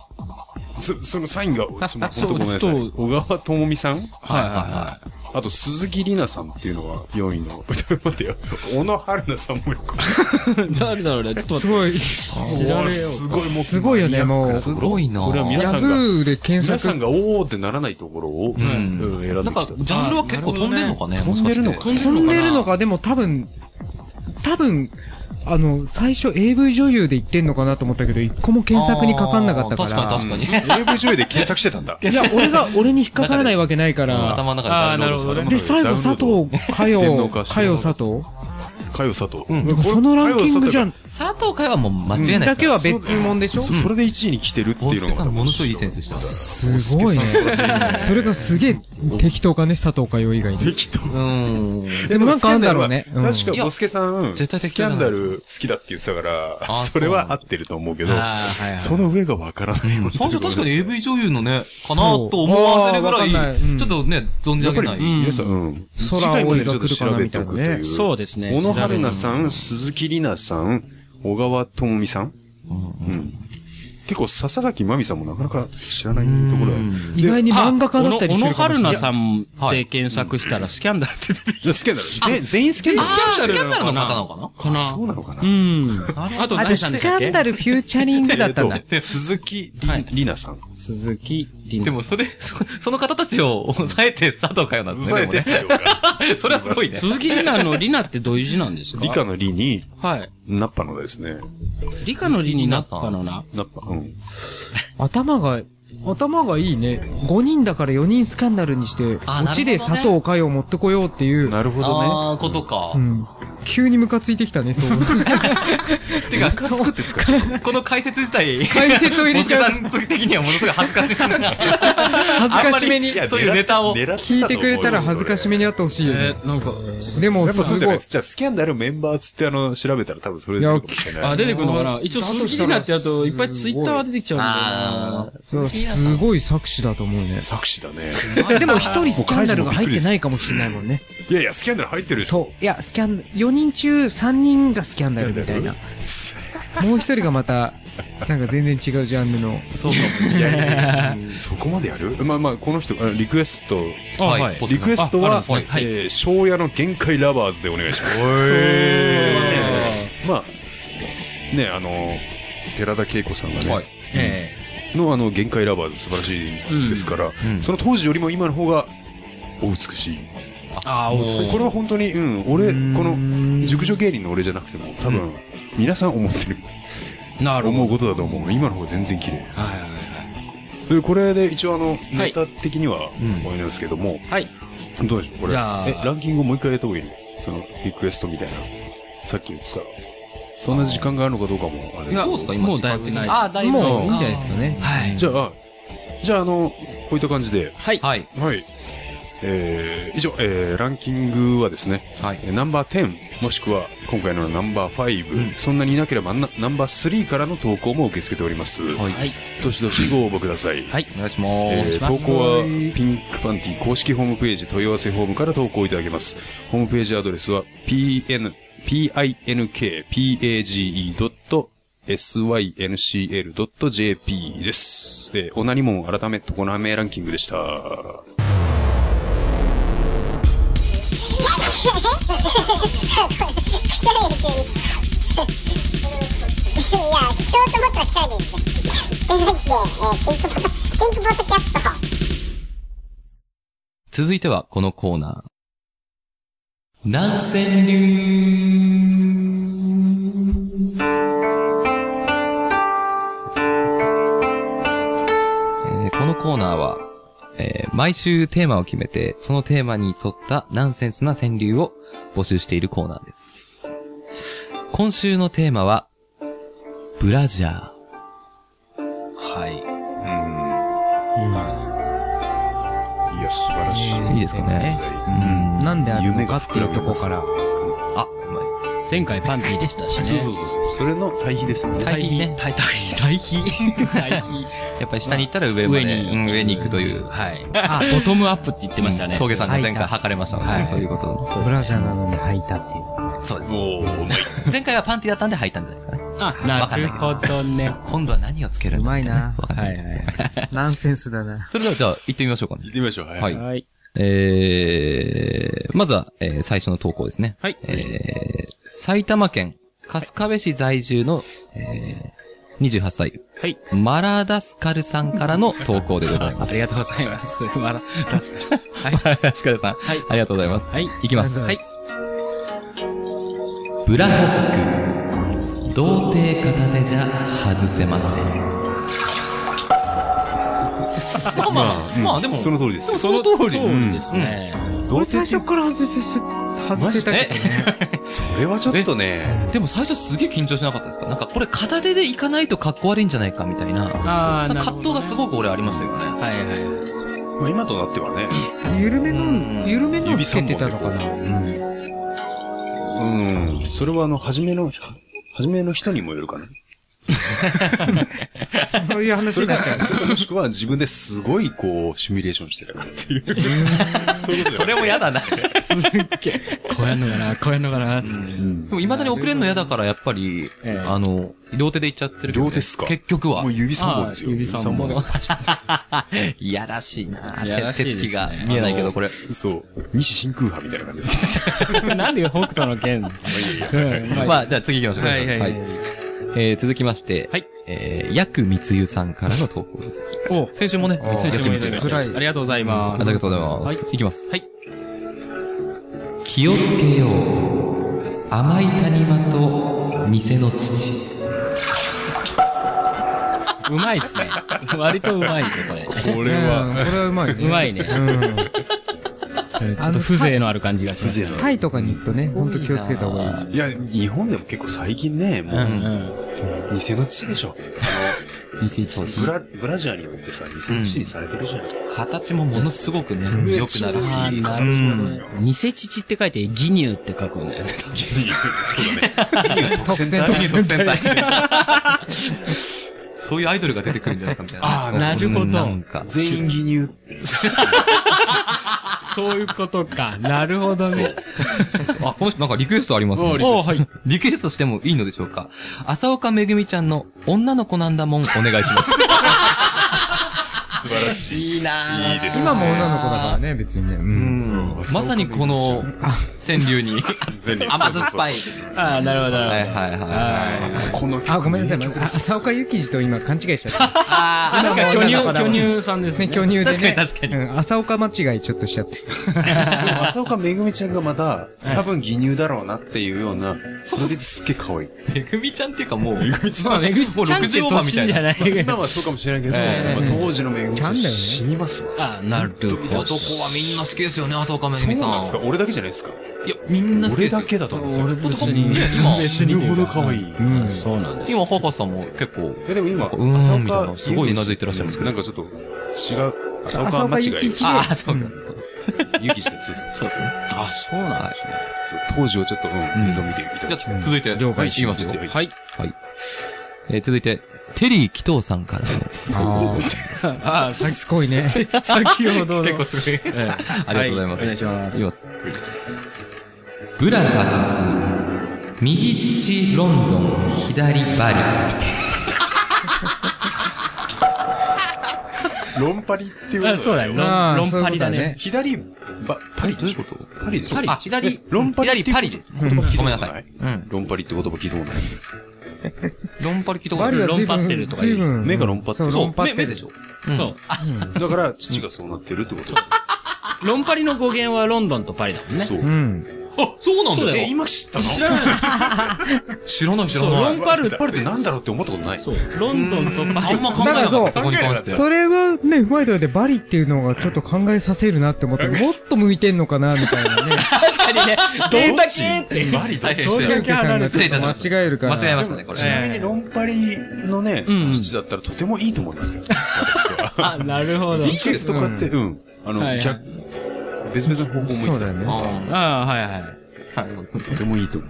[SPEAKER 4] そそのサインが、その
[SPEAKER 8] そ
[SPEAKER 4] 本当
[SPEAKER 8] う
[SPEAKER 4] ごめんなさ
[SPEAKER 8] そ
[SPEAKER 4] い。
[SPEAKER 8] う
[SPEAKER 4] 小川智美さん
[SPEAKER 8] いはいは
[SPEAKER 4] あと、鈴木里奈さんっていうのが4位の。待ってよ。小野春菜さんもよく。
[SPEAKER 8] い。誰だろうね。ちょっと待
[SPEAKER 5] す
[SPEAKER 8] って。
[SPEAKER 5] ごい。
[SPEAKER 8] 知られよう
[SPEAKER 4] すごい、もう。
[SPEAKER 5] すごいよね、もう。
[SPEAKER 6] すごいな
[SPEAKER 4] これは皆
[SPEAKER 5] ヤ
[SPEAKER 4] さんが、
[SPEAKER 5] フーで
[SPEAKER 4] 皆
[SPEAKER 5] 検
[SPEAKER 4] さん
[SPEAKER 5] 索。
[SPEAKER 4] がおーってならないところを、うんうん選んで
[SPEAKER 6] なん
[SPEAKER 4] きた
[SPEAKER 6] か、ジ。ャンルは結構飛んでんのかねも
[SPEAKER 4] 飛
[SPEAKER 6] し
[SPEAKER 4] ん
[SPEAKER 6] か
[SPEAKER 4] で
[SPEAKER 6] して
[SPEAKER 4] るのか
[SPEAKER 8] 飛んで
[SPEAKER 5] 飛んでるのか、でも多分、多分、あの、最初 AV 女優で言ってんのかなと思ったけど、一個も検索にかかんなかったから。
[SPEAKER 6] あー確かに確かに。
[SPEAKER 4] AV 女優で検索してたんだ。
[SPEAKER 5] いや、俺が、俺に引っかからないわけないから。
[SPEAKER 6] 頭の中でダウンロードした
[SPEAKER 8] あーなるほどね
[SPEAKER 5] で、最後、佐藤、か
[SPEAKER 4] 電脳
[SPEAKER 5] よ、
[SPEAKER 4] 化して
[SPEAKER 5] かよ佐藤
[SPEAKER 4] かよ佐藤。
[SPEAKER 5] そのランキングじゃん、
[SPEAKER 6] 佐藤かよはもう間違いない
[SPEAKER 5] だけ
[SPEAKER 6] ですから
[SPEAKER 5] は別物でしょ
[SPEAKER 4] そそれで1位に来てるって
[SPEAKER 6] 大
[SPEAKER 4] いうの
[SPEAKER 6] 輔
[SPEAKER 4] が
[SPEAKER 6] さんものすごいいいセンスしてます。
[SPEAKER 5] すごいね。それがすげえ適当かね、佐藤かよ以外に。
[SPEAKER 4] 適当。
[SPEAKER 6] うーん。
[SPEAKER 5] でもなんかあんだろうね
[SPEAKER 4] でもスキャンダルは確
[SPEAKER 6] うん
[SPEAKER 4] か、ボスケさん、
[SPEAKER 6] 絶対
[SPEAKER 4] ス
[SPEAKER 6] 適
[SPEAKER 4] キ
[SPEAKER 6] 当
[SPEAKER 4] ャ
[SPEAKER 6] だな
[SPEAKER 4] ンダル好きだって言ってたから、
[SPEAKER 6] あー
[SPEAKER 4] それは合ってると思うけど、
[SPEAKER 8] はい
[SPEAKER 4] その上がわからないよ。
[SPEAKER 6] 最初確かに AV 女優のね、かな
[SPEAKER 5] そう
[SPEAKER 6] と思わせるぐら
[SPEAKER 5] わかんない
[SPEAKER 6] い、
[SPEAKER 5] うん
[SPEAKER 6] ちょっとね、存じ上げない。
[SPEAKER 4] 皆さん、うん。
[SPEAKER 5] 空
[SPEAKER 4] 次回まで
[SPEAKER 5] 葵
[SPEAKER 4] に
[SPEAKER 5] が
[SPEAKER 4] ちょっと
[SPEAKER 5] 来るかな
[SPEAKER 4] 調べておくと
[SPEAKER 5] みたいな
[SPEAKER 4] いう。
[SPEAKER 5] ね
[SPEAKER 8] そうですね
[SPEAKER 4] 小野春菜さん、鈴木里奈さん、小川智美さん。うん。結構、笹垣真美さんもなかなか知らないところだよ
[SPEAKER 5] 意外に漫画家だったりするかもしれない。
[SPEAKER 8] さんで検索したらスキャンダルって出てき
[SPEAKER 4] でスキャンダル。ぜ全員スキャンダル。
[SPEAKER 6] スキャンダルの方なのかな
[SPEAKER 8] たかな
[SPEAKER 4] そうなのかな
[SPEAKER 8] あと
[SPEAKER 5] あ
[SPEAKER 8] 何
[SPEAKER 5] と、
[SPEAKER 8] さん
[SPEAKER 5] ス
[SPEAKER 8] でし
[SPEAKER 5] キ
[SPEAKER 8] たっ
[SPEAKER 5] ャン
[SPEAKER 8] け
[SPEAKER 5] ダルフューチャリングだった
[SPEAKER 4] [laughs]
[SPEAKER 5] んだ。
[SPEAKER 4] えっと鈴木里
[SPEAKER 8] はい
[SPEAKER 4] 里奈さん。
[SPEAKER 8] 鈴木凛
[SPEAKER 6] でもそれ、 [laughs] そその方たちを抑えて佐藤かよなんですね。でもね
[SPEAKER 4] よが
[SPEAKER 6] それはすごいね。
[SPEAKER 8] 鈴木里奈の里奈ってどういう字なんですか
[SPEAKER 4] 理科の理に、
[SPEAKER 8] はい。
[SPEAKER 4] ナッパのですね。
[SPEAKER 8] 理科の理になったのな。
[SPEAKER 4] ナッパ、うん。
[SPEAKER 5] 頭が、頭がいいね。5人だから4人スキャンダルにして、
[SPEAKER 6] あ
[SPEAKER 5] オチで佐藤かよを持ってこようっていう。
[SPEAKER 4] なるほどね。
[SPEAKER 6] あー、ことか
[SPEAKER 5] う。ん。急にムカついてきたね、そう。
[SPEAKER 6] てか、
[SPEAKER 4] 作って使っちゃった。
[SPEAKER 6] この [laughs] 解説自体、
[SPEAKER 5] 解説を入れちゃう
[SPEAKER 6] 大塚さん的にはものすごい恥ずかしい。
[SPEAKER 5] 恥ずかしめ
[SPEAKER 6] あん
[SPEAKER 5] に
[SPEAKER 6] まり。そういうネタを
[SPEAKER 4] 狙ってたと思う
[SPEAKER 5] 聞
[SPEAKER 4] よ
[SPEAKER 5] いてくれたら恥ずかしめにあってほしいよね。
[SPEAKER 8] なんか、
[SPEAKER 5] でも、
[SPEAKER 4] やっぱそう
[SPEAKER 5] す
[SPEAKER 4] じゃな
[SPEAKER 5] ご
[SPEAKER 4] い
[SPEAKER 5] い
[SPEAKER 4] で。す。じゃあ、スキャンダルメンバーつって、あの、調べたら多分それ
[SPEAKER 5] い
[SPEAKER 4] で
[SPEAKER 5] や
[SPEAKER 4] 出てくるかもしれない。
[SPEAKER 8] あ、出てくるのか
[SPEAKER 5] あ
[SPEAKER 8] な
[SPEAKER 5] ー
[SPEAKER 8] 一応
[SPEAKER 5] だと
[SPEAKER 8] 鈴木里奈ってやると、いっぱいツイッターは出てきちゃうんだよな。
[SPEAKER 6] ー
[SPEAKER 5] そうすごい作詞だと思うね。
[SPEAKER 4] 作詞だね。
[SPEAKER 5] でも一人スキャンダルが入ってないかもしれないもんね。
[SPEAKER 4] いやいや、スキャンダル入ってるでしょ。
[SPEAKER 5] そう。いや、スキャン、4人中3人がスキャンダルみたいな。 [laughs] もう一人がまた、なんか全然違うジャンルの。
[SPEAKER 6] そうかも。
[SPEAKER 4] いやいやいやそこまでやるまあまあ、この人、あリクエスト、
[SPEAKER 8] あはい
[SPEAKER 6] ポス
[SPEAKER 4] リ
[SPEAKER 6] トさん
[SPEAKER 4] クエスト
[SPEAKER 8] ああるん
[SPEAKER 4] は、
[SPEAKER 8] ですねはい
[SPEAKER 4] えー、庄屋の限界ラバーズでお願いします。まあ、ね、あの、寺田恵子さんがね、
[SPEAKER 6] はい
[SPEAKER 8] え
[SPEAKER 4] のあの、限界ラバーズ素晴らしいですから、
[SPEAKER 6] うん
[SPEAKER 4] その当時よりも今の方が、お美しい。
[SPEAKER 8] えあー、
[SPEAKER 6] もう
[SPEAKER 8] お
[SPEAKER 4] これは本当に、うん、俺、この、熟女芸人の俺じゃなくても、多分、皆さん思ってる、
[SPEAKER 8] なる
[SPEAKER 4] 思
[SPEAKER 8] ほ
[SPEAKER 4] う
[SPEAKER 8] ど。
[SPEAKER 4] ことだと思う。今の方が全然綺麗。
[SPEAKER 8] はいはい
[SPEAKER 4] で、これで一応あの、
[SPEAKER 8] い
[SPEAKER 4] ネタ的には、
[SPEAKER 6] ん
[SPEAKER 4] これなんですけども、
[SPEAKER 8] はい。はい。
[SPEAKER 4] どうでしょうこれ。
[SPEAKER 8] じゃあ
[SPEAKER 4] え、ランキングをもう一回やった方がいいのその、リクエストみたいな。さっき言ってた。そんな時間があるのかどうかも、あれ
[SPEAKER 8] いや
[SPEAKER 6] どうですか今
[SPEAKER 8] もうだいぶない
[SPEAKER 6] あー、だいぶない
[SPEAKER 5] もういいんじゃないですかね。
[SPEAKER 8] はい。
[SPEAKER 4] じゃあ、じゃああの、こういった感じで、
[SPEAKER 8] はい。
[SPEAKER 6] はい。
[SPEAKER 4] はい。えー以上、えーランキングはですね、
[SPEAKER 6] はい
[SPEAKER 4] えーナンバー10、もしくは今回のナンバー5、そんなにいなければなナンバー3からの投稿も受け付けております。
[SPEAKER 6] はい。
[SPEAKER 8] はい。
[SPEAKER 4] どしどしご応募ください。
[SPEAKER 6] はい、お願いし
[SPEAKER 4] え
[SPEAKER 6] ま
[SPEAKER 4] ー
[SPEAKER 6] す。
[SPEAKER 4] 投稿はピンクパンティ公式ホームページ問い合わせフォームから投稿いただけます。ホームページアドレスは pn, pinkpage.syncl.jp です。えー、オナニモン改めトコナメランキングでした。
[SPEAKER 6] 続いてはこのコーナー。南千流。えーこのコーナーは、えー毎週テーマを決めて、そのテーマに沿ったナンセンスな川柳を募集しているコーナーです。今週のテーマは、ブラジャー。はい。
[SPEAKER 4] いや、素晴らしい。
[SPEAKER 6] いいですかね。うん
[SPEAKER 5] なんであるのかっていうとこから。
[SPEAKER 6] あ、うまいです。
[SPEAKER 8] 前回パンティでした [laughs] し
[SPEAKER 4] そう
[SPEAKER 8] ね
[SPEAKER 4] そう。そうそう。それの対比ですよね。
[SPEAKER 6] 対比ね。
[SPEAKER 8] 対比。対比。対比。
[SPEAKER 6] やっぱり下に行ったら上まで、
[SPEAKER 8] 上に
[SPEAKER 6] うん上に行くという、はい。
[SPEAKER 8] あ、ボトムアップって言ってましたね。
[SPEAKER 6] 峠さんが前
[SPEAKER 5] は
[SPEAKER 6] 回
[SPEAKER 5] い
[SPEAKER 6] 測れましたので、はい、そういうこと。
[SPEAKER 5] ブラジャーなのに履いたっていう。
[SPEAKER 6] そうです。
[SPEAKER 4] おーうまい。
[SPEAKER 6] 前回はパンティだったんで履いたんじゃないですかね。
[SPEAKER 8] [laughs] あ、なるほどね。
[SPEAKER 6] 今度は何をつける
[SPEAKER 5] うん
[SPEAKER 6] だ
[SPEAKER 5] まいな。
[SPEAKER 6] わかんない。
[SPEAKER 5] [laughs] ナンセンスだな。
[SPEAKER 6] それではじゃあ行ってみましょうかね
[SPEAKER 4] 行っ。てみましょう。は。
[SPEAKER 6] はいい。
[SPEAKER 8] はい。
[SPEAKER 6] えー、まずは、えー最初の投稿ですね。
[SPEAKER 8] はい
[SPEAKER 6] えー、埼玉県春日部市在住の、えー、28歳、
[SPEAKER 8] はい。
[SPEAKER 6] マラダスカルさんからの投稿でございま
[SPEAKER 8] あ
[SPEAKER 6] す。
[SPEAKER 8] りがとうございます。まだ、助かる。はい。
[SPEAKER 6] マラダスカルさん、
[SPEAKER 8] はい
[SPEAKER 6] ありがとうございます。
[SPEAKER 8] はい。
[SPEAKER 6] いきます。
[SPEAKER 5] はい。
[SPEAKER 6] ブラホック。童貞片手じゃ外せません。まあまあ、まあでも、
[SPEAKER 4] その通りです。
[SPEAKER 6] その通り。
[SPEAKER 8] ですね。
[SPEAKER 4] どうせ
[SPEAKER 5] 最初から外せ、外せたけどね。
[SPEAKER 4] それはちょっとね、
[SPEAKER 6] でも最初すげえ緊張しなかったですかなんかこれ片手で行かないと格好悪いんじゃないかみたいな。
[SPEAKER 8] あ
[SPEAKER 6] な
[SPEAKER 8] ー
[SPEAKER 6] んか葛藤がすごく俺ありましたよね。
[SPEAKER 8] はいはい。
[SPEAKER 4] まあ今となってはね、
[SPEAKER 5] 緩め
[SPEAKER 6] うん
[SPEAKER 5] の、緩めのつけてたのかな。
[SPEAKER 4] うん、それはあの、初めの、初めの人にもよるかな。
[SPEAKER 5] そういう話になっちゃう。
[SPEAKER 4] もしくは自分ですごいこう、シミュレーションしてるっていう。 [laughs] そういうこと
[SPEAKER 6] それも嫌だな。
[SPEAKER 8] [laughs] すっげえ。こうやんのかな、こうやんのかな。
[SPEAKER 6] でも未だに遅れるの嫌だからやっぱり、
[SPEAKER 8] ええ
[SPEAKER 6] あの、両手で行っちゃってるけどね、
[SPEAKER 4] 両手っすか
[SPEAKER 6] 結局は
[SPEAKER 4] もう。指三本ですよ。
[SPEAKER 8] あー指三本
[SPEAKER 4] 指
[SPEAKER 6] いやらしいなぁ
[SPEAKER 8] いやらしいですね
[SPEAKER 6] 手つきが見えないけどこれ。
[SPEAKER 4] そう。西真空派みたいな感じです。
[SPEAKER 8] [laughs] なんで北斗の剣うん
[SPEAKER 6] まあ、じゃあ次行きましょう。
[SPEAKER 8] はいはいはい。
[SPEAKER 6] えー、続きまして、
[SPEAKER 8] はい
[SPEAKER 6] えー、ヤクミツユさんからの投稿です。
[SPEAKER 8] お、
[SPEAKER 6] 先週もね、
[SPEAKER 8] 先週もいただきま
[SPEAKER 6] あ
[SPEAKER 8] した。ありがとうございま
[SPEAKER 6] り
[SPEAKER 8] す。
[SPEAKER 6] がとうございます。、
[SPEAKER 8] はい
[SPEAKER 6] きます。
[SPEAKER 8] はい。
[SPEAKER 6] 気をつけよう。甘い谷間と偽の父。
[SPEAKER 8] うまいっす [laughs] ね。割とうまいですよ、これ。
[SPEAKER 4] こ
[SPEAKER 5] これは、これはうまいね。
[SPEAKER 8] うまいね
[SPEAKER 5] うん。
[SPEAKER 8] ちょっと風情のある感じがします。
[SPEAKER 4] 風情
[SPEAKER 5] タイとかに行くとね、ほんと気をつけた方がいい。
[SPEAKER 4] いや、日本でも結構最近ね、も
[SPEAKER 8] う
[SPEAKER 4] う、
[SPEAKER 8] ん
[SPEAKER 4] 偽の地でしょ。
[SPEAKER 8] うん。偽父。
[SPEAKER 4] ブラ、ブラジャーによってさ、偽の地にされてるじゃない。
[SPEAKER 6] 形もものすごくね、良くなるし。
[SPEAKER 8] あーなるほど。偽父って書いて、義乳って書くんだよね。
[SPEAKER 4] 特選隊
[SPEAKER 5] 特選
[SPEAKER 6] 即戦隊 [laughs] そういうアイドルが出てくるんじゃないかみたいな。
[SPEAKER 4] あー
[SPEAKER 8] なるほ
[SPEAKER 6] うんな
[SPEAKER 8] ど
[SPEAKER 6] ん。か。
[SPEAKER 4] 全員義乳。
[SPEAKER 8] そういうことか。 [laughs] なるほどね。
[SPEAKER 6] あ、この人なんかリクエストありますね。
[SPEAKER 8] おーはい。
[SPEAKER 6] リクエストしてもいいのでしょうか浅岡めぐみちゃんの女の子なんだもんお願いします。
[SPEAKER 4] 素晴らしい。
[SPEAKER 6] いいなぁ。いいで
[SPEAKER 5] 今も女の子だからね、別にね。うん。
[SPEAKER 6] まさにこの、川柳に、 [laughs] 甘酸っぱい。
[SPEAKER 8] ああ、なるほど。な
[SPEAKER 6] はい
[SPEAKER 8] るほど
[SPEAKER 6] はいはい。
[SPEAKER 4] この曲
[SPEAKER 5] あ、ごめんなさい。あ浅岡幸二と今勘違いしちゃった。
[SPEAKER 6] あ
[SPEAKER 8] あ、確かに巨乳、
[SPEAKER 5] 女の子だから
[SPEAKER 8] 巨乳さんです
[SPEAKER 5] ね、
[SPEAKER 8] ね。
[SPEAKER 5] 巨乳でね。
[SPEAKER 6] 確かに確かに
[SPEAKER 5] うん、浅岡間違いちょっとしちゃって。
[SPEAKER 4] 浅岡めぐみちゃんがまた、多分義乳だろうなっていうような、それですっげえ可愛い。
[SPEAKER 6] あ、めぐみちゃんっていうかもう、 [laughs] めぐみち
[SPEAKER 8] まあ、めぐちゃんって
[SPEAKER 6] 60オーバーみた
[SPEAKER 8] 年
[SPEAKER 6] い
[SPEAKER 8] じゃ
[SPEAKER 6] な。
[SPEAKER 8] ないぐら
[SPEAKER 4] 今
[SPEAKER 8] い。
[SPEAKER 4] はそうかもしれないけど、
[SPEAKER 6] え
[SPEAKER 4] まあ当時のめぐみちゃん
[SPEAKER 5] ちゃんだよね
[SPEAKER 4] 死にますわ。
[SPEAKER 8] ああ、なるほど。
[SPEAKER 6] 男はみんな好きですよね、浅岡めぐみさん。
[SPEAKER 4] 俺だけじゃないですか
[SPEAKER 6] いや、みんな好き
[SPEAKER 4] 俺
[SPEAKER 6] ですよ
[SPEAKER 4] だ。けだと思うんですよ。
[SPEAKER 8] 俺別に、別にというか。
[SPEAKER 4] い。
[SPEAKER 8] うん、そうなんです。
[SPEAKER 6] 今、ハカさんも結構、
[SPEAKER 4] え、でも今、
[SPEAKER 6] うーんみたい
[SPEAKER 4] 浅
[SPEAKER 6] な
[SPEAKER 4] 岡
[SPEAKER 6] すごいうなずいてらっしゃいますけど
[SPEAKER 4] なんかちょっと、違う。浅
[SPEAKER 5] 浅
[SPEAKER 4] 岡
[SPEAKER 5] 岡
[SPEAKER 4] 間違
[SPEAKER 5] 幸
[SPEAKER 4] い。
[SPEAKER 5] 一
[SPEAKER 6] ああ、そうか。
[SPEAKER 4] ゆきして、そうそう。
[SPEAKER 6] そうですね。
[SPEAKER 10] あ、そうなんですね。
[SPEAKER 4] そう当時をちょっと、うん、映像見ていた
[SPEAKER 6] じ
[SPEAKER 4] だ
[SPEAKER 6] ゃ
[SPEAKER 4] き
[SPEAKER 6] あ、続いて。
[SPEAKER 5] 了解
[SPEAKER 6] いきますよ。
[SPEAKER 10] はい。
[SPEAKER 6] はい。えー続いて、テリー紀藤さんからの。
[SPEAKER 5] あ
[SPEAKER 8] ああ、
[SPEAKER 5] あ、すごいね。
[SPEAKER 8] 先ほ [laughs] どの。
[SPEAKER 6] 結構すごい。
[SPEAKER 8] ええ
[SPEAKER 6] ありがとうございます。
[SPEAKER 8] はいお願いします
[SPEAKER 6] いきます。ブラカズス、右父ロンドン、左バリ。
[SPEAKER 4] ロンパリっていう
[SPEAKER 8] あそうだよ。
[SPEAKER 5] ああ
[SPEAKER 8] 論論パリ
[SPEAKER 5] そ
[SPEAKER 8] だ
[SPEAKER 5] ういう
[SPEAKER 8] ね。
[SPEAKER 4] 左、ば、パリどういうことパリでしょ
[SPEAKER 8] パリ
[SPEAKER 6] あ、左、
[SPEAKER 4] ロンパリって
[SPEAKER 6] 左パリですね。
[SPEAKER 4] 言葉聞いたこと
[SPEAKER 6] ごめんなさい。うん。
[SPEAKER 4] ロンパリって言葉聞いたことない。
[SPEAKER 6] ロンパリ聞いたこと
[SPEAKER 5] バ
[SPEAKER 6] あ
[SPEAKER 5] リ
[SPEAKER 6] る
[SPEAKER 5] は随
[SPEAKER 8] 論破って
[SPEAKER 5] 分
[SPEAKER 8] るとか言う
[SPEAKER 5] 随分
[SPEAKER 4] 目がロンパって
[SPEAKER 5] そ
[SPEAKER 4] る
[SPEAKER 5] う、
[SPEAKER 6] そ
[SPEAKER 5] ロ
[SPEAKER 6] う
[SPEAKER 5] ンパっ、
[SPEAKER 6] 目、
[SPEAKER 5] て
[SPEAKER 6] 目
[SPEAKER 5] る
[SPEAKER 6] でしょ。
[SPEAKER 8] そう。あ
[SPEAKER 4] だから、父がそうなってるってこと
[SPEAKER 8] ロンパリの語源はロンドンとパリだもんね。
[SPEAKER 4] そう
[SPEAKER 5] う。ん。
[SPEAKER 6] あ、そうなん
[SPEAKER 8] そうだ
[SPEAKER 4] え、
[SPEAKER 8] よ。
[SPEAKER 4] 今知ったの
[SPEAKER 8] 知らない。
[SPEAKER 6] 知らない知ら
[SPEAKER 8] そう、ロ
[SPEAKER 6] ない
[SPEAKER 8] ン。パル
[SPEAKER 4] ロンパリってなんだろうって思ったことない。
[SPEAKER 8] そう、ロンドンとパ
[SPEAKER 6] あ
[SPEAKER 8] リ。
[SPEAKER 6] んま考えなかった、
[SPEAKER 5] だか
[SPEAKER 6] そ
[SPEAKER 5] ら
[SPEAKER 6] こに関して。
[SPEAKER 5] それはね、踏まえた上でバリっていうのがちょっと考えさせるなって思って、もっと向いてんのかな、みたいなね。
[SPEAKER 8] 確かにね、どんだけって。
[SPEAKER 4] バリだ
[SPEAKER 6] 大変
[SPEAKER 5] 東
[SPEAKER 6] 失
[SPEAKER 5] 京
[SPEAKER 6] 礼
[SPEAKER 5] 家さんが
[SPEAKER 6] 失礼いたし
[SPEAKER 5] ちょ
[SPEAKER 6] ま
[SPEAKER 5] っ
[SPEAKER 6] した。
[SPEAKER 5] と間違えるから。
[SPEAKER 6] 間違えましたね、こ
[SPEAKER 4] ちな
[SPEAKER 6] れ。
[SPEAKER 4] みにロンパリのね、
[SPEAKER 6] うん
[SPEAKER 4] 父だったらとてもいいと思いますけど。
[SPEAKER 8] あ、なるほど。
[SPEAKER 4] チケット買って、うん。あ
[SPEAKER 8] は
[SPEAKER 4] の、
[SPEAKER 8] いはい
[SPEAKER 4] 逆別々の方向向いて
[SPEAKER 5] そう
[SPEAKER 4] た
[SPEAKER 5] だよ
[SPEAKER 4] ら
[SPEAKER 5] ね。
[SPEAKER 6] あ
[SPEAKER 8] ああ、はいはい。
[SPEAKER 4] とてもいいと思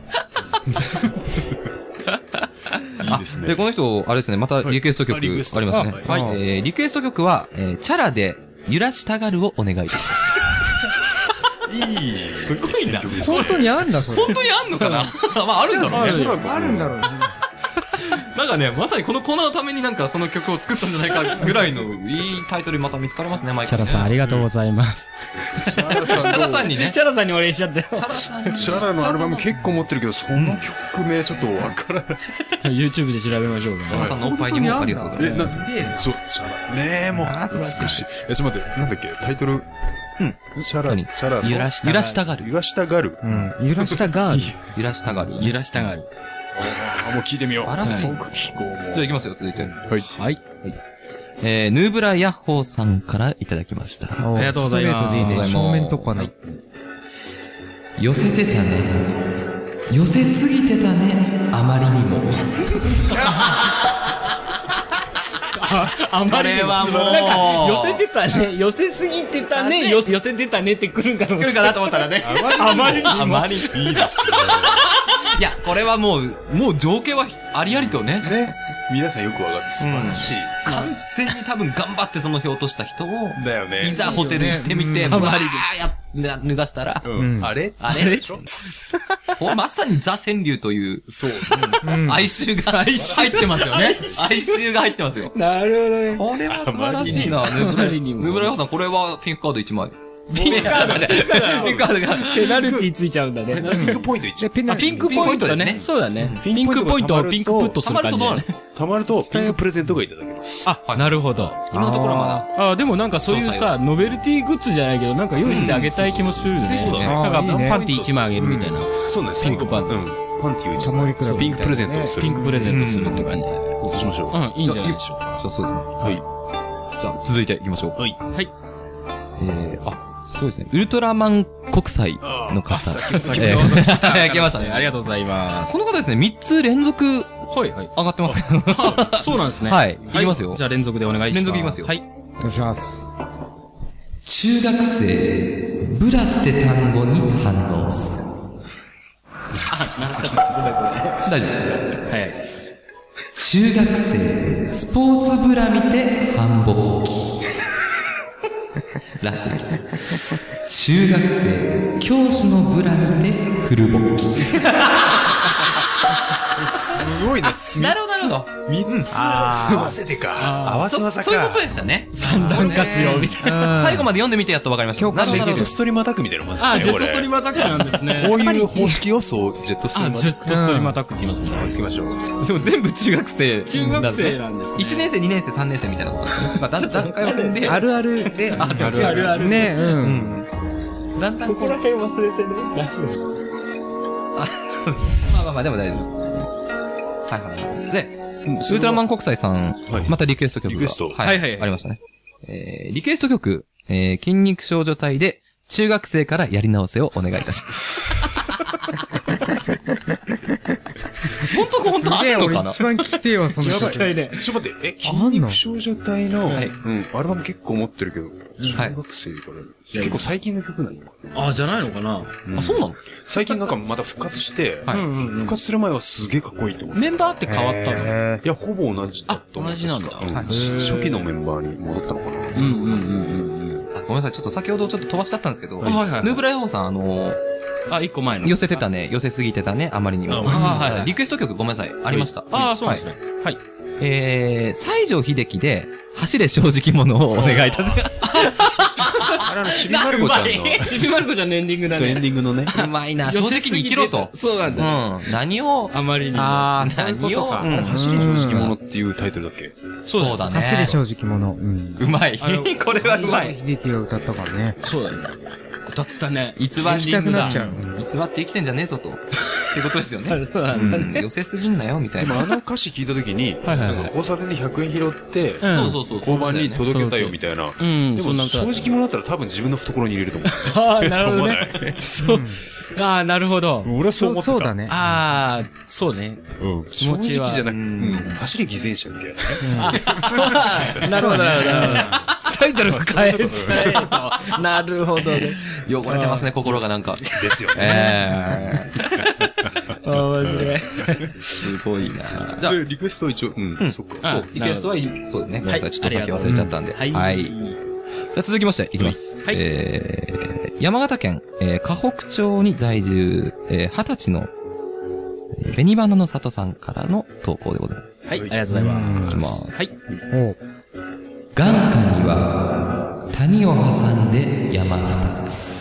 [SPEAKER 4] う。いいです
[SPEAKER 6] ー
[SPEAKER 4] ね。
[SPEAKER 6] で、この人、あれですね、またリクエスト曲
[SPEAKER 4] は
[SPEAKER 6] あ
[SPEAKER 4] いあリ
[SPEAKER 6] り
[SPEAKER 4] ク
[SPEAKER 6] ま
[SPEAKER 4] エス
[SPEAKER 6] す
[SPEAKER 4] ト
[SPEAKER 6] ね。
[SPEAKER 4] あ
[SPEAKER 6] はい。えーリクエスト曲は、えーチャラで、揺らしたがるをお願いいたします。
[SPEAKER 4] いい、すごいな。
[SPEAKER 5] 本当にあんだ、それ。
[SPEAKER 6] 本当にあんのか [laughs] なまあ、あるんだろうね。
[SPEAKER 5] あるんだろうね。
[SPEAKER 6] なんかね、まさにこのコーナーのためになんかその曲を作ったんじゃないかぐらいのいいタイトルまた見つかりますね、毎
[SPEAKER 8] チャ
[SPEAKER 6] 回、ね。
[SPEAKER 8] ラさん、ありがとうございます。
[SPEAKER 4] チャラさん
[SPEAKER 6] チャラさん
[SPEAKER 4] に。
[SPEAKER 6] にね。チ
[SPEAKER 8] チャラさんにお礼しちゃったよ。
[SPEAKER 6] ャラさんに。
[SPEAKER 4] チャラのアルバム結構持ってるけど、その曲名ちょっとわからない。
[SPEAKER 8] YouTube で調べましょう
[SPEAKER 6] チャラ
[SPEAKER 8] か。
[SPEAKER 6] さんのおっぱいにもありがとうござい
[SPEAKER 4] え、な
[SPEAKER 6] ま
[SPEAKER 4] んでそう、チャラ。ねえ、もう。
[SPEAKER 5] あー素晴らしい
[SPEAKER 4] 美しい。え、ちょっと待って、なんだっけ、タイトル。うん。チャラ、
[SPEAKER 6] 何
[SPEAKER 4] チャラの。
[SPEAKER 8] 揺ら
[SPEAKER 6] す。
[SPEAKER 8] し
[SPEAKER 6] 揺
[SPEAKER 8] たが
[SPEAKER 6] ら
[SPEAKER 8] る
[SPEAKER 6] したがる。
[SPEAKER 4] 揺らしたがる。
[SPEAKER 5] うん。揺らしたガール。
[SPEAKER 6] 揺らしたがる。
[SPEAKER 8] 揺らしたがる。
[SPEAKER 4] ああ、もう聞いてみよう。
[SPEAKER 6] 素晴らしい
[SPEAKER 4] 即聞こう。
[SPEAKER 6] じゃあ行きますよ、続いて。はいはい。えー、ヌーブラヤッホーさんからいただきました。
[SPEAKER 5] あ
[SPEAKER 8] りがとうございます
[SPEAKER 5] す正面突破な。
[SPEAKER 6] 寄せてたね。寄せすぎてたね。あまりにも。
[SPEAKER 8] あんまりにも。
[SPEAKER 6] これはもう
[SPEAKER 8] なんか、寄せてたね。 [laughs] 寄せすぎてたね。寄せ寄せてたねって来るんかと思っ
[SPEAKER 6] 来るかなと思ったらね。
[SPEAKER 8] た。あまりにも。
[SPEAKER 6] あまり。いいですね。いや、これはもう、もう情景はありありとね。
[SPEAKER 4] ね。皆さんよくわかって素晴らしい。
[SPEAKER 6] 完全に多分頑張ってその表とした人を、
[SPEAKER 4] だよね
[SPEAKER 6] い。ざホテル行ってみて、
[SPEAKER 5] う
[SPEAKER 6] バーや、な脱がしたら、
[SPEAKER 4] うん。あれ
[SPEAKER 6] あれほまさにザ川柳という、
[SPEAKER 4] そう。
[SPEAKER 5] うん
[SPEAKER 6] 哀愁が入ってますよね。哀愁が入ってますよ。
[SPEAKER 8] なるほ
[SPEAKER 6] こ
[SPEAKER 8] どね。
[SPEAKER 6] れは素晴らしいな、ヌ
[SPEAKER 8] あまりにも
[SPEAKER 6] ブラヨさん、これはピンクカード1枚。ピンクカードピンクカードが。
[SPEAKER 8] ペナルティついちゃうんだね。
[SPEAKER 4] ピンクポイント
[SPEAKER 5] じゃ
[SPEAKER 4] 1
[SPEAKER 5] あ。ペナ
[SPEAKER 8] あピンクポイント
[SPEAKER 6] ピンクポイントで
[SPEAKER 8] です
[SPEAKER 6] ね
[SPEAKER 8] ね。そうだね。
[SPEAKER 4] うん
[SPEAKER 8] ピンクポイントをピンクプットす
[SPEAKER 6] た
[SPEAKER 8] る
[SPEAKER 6] まると
[SPEAKER 8] 感じ
[SPEAKER 6] どう
[SPEAKER 8] だ
[SPEAKER 6] なの
[SPEAKER 8] ね。
[SPEAKER 4] たまると、ピンクプレゼントがいただけます。
[SPEAKER 6] はい
[SPEAKER 8] あ、なるほど。
[SPEAKER 6] 今のところまだ。
[SPEAKER 8] あ、でもなんかそういう
[SPEAKER 6] 詳細
[SPEAKER 8] さ、ノベルティグッズじゃないけど、なんか用意してあげたい気もするよね。
[SPEAKER 4] そうだね
[SPEAKER 8] なん
[SPEAKER 5] あーいいね
[SPEAKER 8] か、パンティ1枚あげるみたいな。
[SPEAKER 4] そうね、
[SPEAKER 8] ピンクパンティ
[SPEAKER 4] うん。パンティを
[SPEAKER 5] タモリクラ
[SPEAKER 4] そう
[SPEAKER 5] ブ
[SPEAKER 4] ピン
[SPEAKER 5] み
[SPEAKER 4] ク
[SPEAKER 5] たいなね
[SPEAKER 4] プレゼントをする。
[SPEAKER 8] ピンクプレゼントするって感じ。
[SPEAKER 4] そうしましょう。
[SPEAKER 8] うん、いいんじゃないでしょうか。
[SPEAKER 6] じゃあそうですね。はいじゃあ続いていきましょう。
[SPEAKER 4] はい。
[SPEAKER 8] はい。
[SPEAKER 6] えー、あ、そうですね。ウルトラマン国際の方。
[SPEAKER 4] 先先
[SPEAKER 6] え
[SPEAKER 4] ほど
[SPEAKER 6] ー、来ましたね。
[SPEAKER 8] ありがとうございます。
[SPEAKER 6] その方ですね、3つ連続上
[SPEAKER 8] はい、はい。
[SPEAKER 6] がってますけど。
[SPEAKER 8] あそうなんですね。
[SPEAKER 6] はいいきますよ
[SPEAKER 8] じゃあ連続でお願いします。
[SPEAKER 6] 連続いきますよ
[SPEAKER 8] はい。
[SPEAKER 5] お願いします。
[SPEAKER 6] 中学生、ブラって単語に反応する。あ、鳴らしちゃった。大丈夫です。
[SPEAKER 8] はい。
[SPEAKER 6] 中学生、スポーツブラ見て、繁忙期。ラスト中学生、教師のブラ見て、古ぼき。
[SPEAKER 4] すごいな、す
[SPEAKER 6] なるほど、なるほど。
[SPEAKER 4] 3つ合わせてか。合わせ技
[SPEAKER 6] そ
[SPEAKER 4] か。
[SPEAKER 6] そういうことでしたね。
[SPEAKER 8] 三段活用みたいな。
[SPEAKER 6] 最後まで読んでみてやっとわかりました。
[SPEAKER 5] 共感
[SPEAKER 6] なるほど
[SPEAKER 5] できる
[SPEAKER 6] なる
[SPEAKER 4] ジェットストリームアタックみたいなもんですね。
[SPEAKER 8] あ、ジェットストリー
[SPEAKER 4] ム
[SPEAKER 8] ムアタックなんですね。
[SPEAKER 4] これこういう方式をそう、ジェットストリー
[SPEAKER 8] あ、
[SPEAKER 4] ムアタ
[SPEAKER 8] ジ
[SPEAKER 4] ッ
[SPEAKER 8] ェットストリームアタックって言います
[SPEAKER 4] ク。
[SPEAKER 8] ね。
[SPEAKER 4] 行きましょう。
[SPEAKER 6] ほどでも全部中学生。
[SPEAKER 8] 中学生なんですね。
[SPEAKER 6] 1年生、2年生、3年生みたいなことですね。まあ、だん段階を踏んで、
[SPEAKER 5] あるあるで、あ
[SPEAKER 8] あるあるある。
[SPEAKER 5] ね、う。
[SPEAKER 6] うんん。だんだんこう、
[SPEAKER 8] ら辺忘れてね。大丈夫。
[SPEAKER 6] まあまあまあ、でも大丈夫です。はいはいはい。で、ウルトラマン国際さん、
[SPEAKER 4] はい
[SPEAKER 6] またリクエスト曲が。
[SPEAKER 4] リクエスト
[SPEAKER 6] はい
[SPEAKER 8] はいはいはい
[SPEAKER 6] ありましたね。えー、リクエスト曲、えー、筋肉少女隊で、中学生からやり直せをお願いいたします。本当本当あ
[SPEAKER 5] すげえ、
[SPEAKER 6] るの
[SPEAKER 5] 俺
[SPEAKER 6] かな
[SPEAKER 5] 一番聞きてえわ、その
[SPEAKER 8] 聞き
[SPEAKER 5] 人。
[SPEAKER 8] たいね。
[SPEAKER 4] ちょっと待って、え、
[SPEAKER 5] あんの
[SPEAKER 4] 少女隊の、
[SPEAKER 6] はい
[SPEAKER 4] うん、アルバム結構持ってるけど、
[SPEAKER 6] はい
[SPEAKER 4] 中。学生から、結構最近の曲なのかな
[SPEAKER 10] ああ、じゃないのかな。
[SPEAKER 6] あ、そうなの
[SPEAKER 4] 最近なんかまた復活して、
[SPEAKER 6] はい
[SPEAKER 10] うんうんうん
[SPEAKER 4] 復活する前はすげえかっこいいと思って。
[SPEAKER 10] メンバーって変わったの
[SPEAKER 4] いや、ほぼ同じだと思う
[SPEAKER 10] あ同じなんだ
[SPEAKER 4] 確か
[SPEAKER 6] はい
[SPEAKER 4] うん初期のメンバーに戻ったのかな。
[SPEAKER 10] うんうんうんうんうん。
[SPEAKER 6] あごめんなさい、ちょっと先ほどちょっと飛ばしちゃったんですけど、
[SPEAKER 10] はいはいはい
[SPEAKER 6] ヌーブライホーさん、あのー
[SPEAKER 10] あ、一個前の。
[SPEAKER 6] 寄せてたね、寄せすぎてたね、あまりにも。
[SPEAKER 4] あ
[SPEAKER 10] はいはい
[SPEAKER 6] リクエスト曲ごめんなさい、ありました。
[SPEAKER 10] ああ、そうなんです
[SPEAKER 6] ね。
[SPEAKER 10] ね。はい。
[SPEAKER 6] えー、西城秀樹で、走れ正直者をお願いいたし [laughs] ます。
[SPEAKER 4] あれあの、ちびまる子ちゃんの、
[SPEAKER 8] ちびまる子ちゃんのエンディングだ
[SPEAKER 4] そうエン
[SPEAKER 8] ね。
[SPEAKER 4] ディングのね。
[SPEAKER 6] うまいな、正
[SPEAKER 8] 寄
[SPEAKER 6] 直
[SPEAKER 8] せ
[SPEAKER 6] に
[SPEAKER 8] すぎ
[SPEAKER 6] 生
[SPEAKER 8] て
[SPEAKER 6] きろと。
[SPEAKER 8] そうなんだ。
[SPEAKER 6] うん。何を、
[SPEAKER 8] あまりにも。
[SPEAKER 5] あー、そういうこ
[SPEAKER 6] 何
[SPEAKER 5] と
[SPEAKER 6] を、
[SPEAKER 5] か。
[SPEAKER 6] うん
[SPEAKER 4] 走る正直者っていうタイトルだっけ
[SPEAKER 6] そうだね。
[SPEAKER 5] 走れ正直者。うん。
[SPEAKER 6] うまい。
[SPEAKER 8] あの
[SPEAKER 6] [laughs] これはうまい。
[SPEAKER 5] 秀樹が歌ったからね。
[SPEAKER 8] そうだね。歌ってたね。
[SPEAKER 6] 偽り
[SPEAKER 5] 行きたくなっちゃう。
[SPEAKER 6] 偽って生きてんじゃねえぞと。ってことですよね。
[SPEAKER 8] そう
[SPEAKER 6] [laughs]
[SPEAKER 8] だ
[SPEAKER 6] う
[SPEAKER 8] ね。
[SPEAKER 6] ん。寄せすぎんなよ、みたい
[SPEAKER 4] でも
[SPEAKER 6] な。
[SPEAKER 4] あの歌詞聞いた時に、
[SPEAKER 8] はいはい
[SPEAKER 4] なんか交差点で100円拾って、
[SPEAKER 8] ん
[SPEAKER 6] そうそうそう。
[SPEAKER 4] 交番に
[SPEAKER 6] そう
[SPEAKER 4] 届けたよみたいな。
[SPEAKER 8] うん、
[SPEAKER 4] で
[SPEAKER 8] そ
[SPEAKER 4] も
[SPEAKER 8] んな
[SPEAKER 4] 正
[SPEAKER 8] 歌。
[SPEAKER 4] 直者だったら多分自分の懐に入れ [laughs] ると思う。
[SPEAKER 8] あ [laughs] あ、なるほどね。
[SPEAKER 4] [laughs]
[SPEAKER 8] そう。ああ、なるほど。
[SPEAKER 4] 俺はそう思っ
[SPEAKER 5] そう、
[SPEAKER 4] てた。
[SPEAKER 5] そうだね。
[SPEAKER 8] ああ、そうね。
[SPEAKER 4] うん。正
[SPEAKER 8] 気持
[SPEAKER 4] 直
[SPEAKER 8] ちは
[SPEAKER 4] じゃなく、うん走り偽善者みたいなね。
[SPEAKER 8] なるほど、なるほどなるほど。タイトル変えちゃえと。なるほどね。
[SPEAKER 6] 汚れてますね、心が [laughs] なんか。
[SPEAKER 4] ですよね。
[SPEAKER 6] ええ
[SPEAKER 8] 面白い。
[SPEAKER 6] [laughs] すごいな。じゃあ、
[SPEAKER 4] で、リクエスト一応、うん、そっか。
[SPEAKER 6] そうリクエストは、そうですね。ごめんなさい、ちょっと先
[SPEAKER 8] ありが
[SPEAKER 6] 忘
[SPEAKER 8] とう
[SPEAKER 6] れちゃったんで。
[SPEAKER 8] はい。
[SPEAKER 6] じゃあ続きまして、いきます。
[SPEAKER 8] はい
[SPEAKER 6] えー、山形県、えー、河北町に在住、えー、二十歳の、えー、紅花の里さんからの投稿でございます。
[SPEAKER 8] はい、ありがとうございま
[SPEAKER 6] いきます。
[SPEAKER 8] す。はい。
[SPEAKER 5] おう
[SPEAKER 6] 眼下には、谷を挟んで山二つ。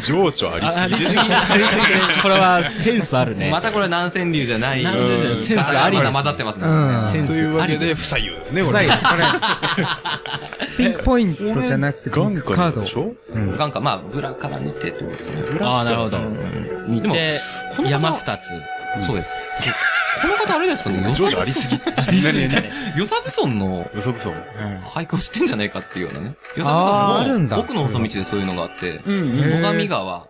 [SPEAKER 4] 情緒ありすぎですよ。
[SPEAKER 8] あれですねこれはセンスあるね。
[SPEAKER 6] またこれ南川流じゃない。
[SPEAKER 8] 南川流じゃない
[SPEAKER 6] うん
[SPEAKER 8] センスあり
[SPEAKER 6] ガラガラ混ざってますね。
[SPEAKER 5] うん。
[SPEAKER 8] セン
[SPEAKER 4] とい
[SPEAKER 8] ス
[SPEAKER 4] う
[SPEAKER 8] あ
[SPEAKER 4] わ
[SPEAKER 8] り
[SPEAKER 4] けで、
[SPEAKER 8] で
[SPEAKER 4] 不
[SPEAKER 8] す。
[SPEAKER 4] 採用ですね、
[SPEAKER 5] 最
[SPEAKER 4] 俺。
[SPEAKER 5] 後、これ。ピンポイントじゃなくて、ピンクカード
[SPEAKER 4] で。しょ
[SPEAKER 5] うん。
[SPEAKER 6] 眼下、まあ、ブラから見てってことかな
[SPEAKER 8] ああ、なるほど。見
[SPEAKER 6] でも
[SPEAKER 8] て、
[SPEAKER 6] この方
[SPEAKER 8] 山二つ。
[SPEAKER 6] そうです。でこの方あれですかね、
[SPEAKER 4] 情緒ありす
[SPEAKER 8] [laughs]
[SPEAKER 4] ぎ。何何何
[SPEAKER 6] よさぶそんの
[SPEAKER 4] よそぶそも。
[SPEAKER 6] 俳句を知ってんじゃないかっていうようなね。よ
[SPEAKER 5] あーあ
[SPEAKER 6] さ
[SPEAKER 5] る
[SPEAKER 6] ぶ
[SPEAKER 5] ん
[SPEAKER 6] さ
[SPEAKER 5] だ
[SPEAKER 6] んも、奥の細道でそういうのがあって、
[SPEAKER 8] うんうん。
[SPEAKER 5] へー
[SPEAKER 6] 野上川、
[SPEAKER 4] うん。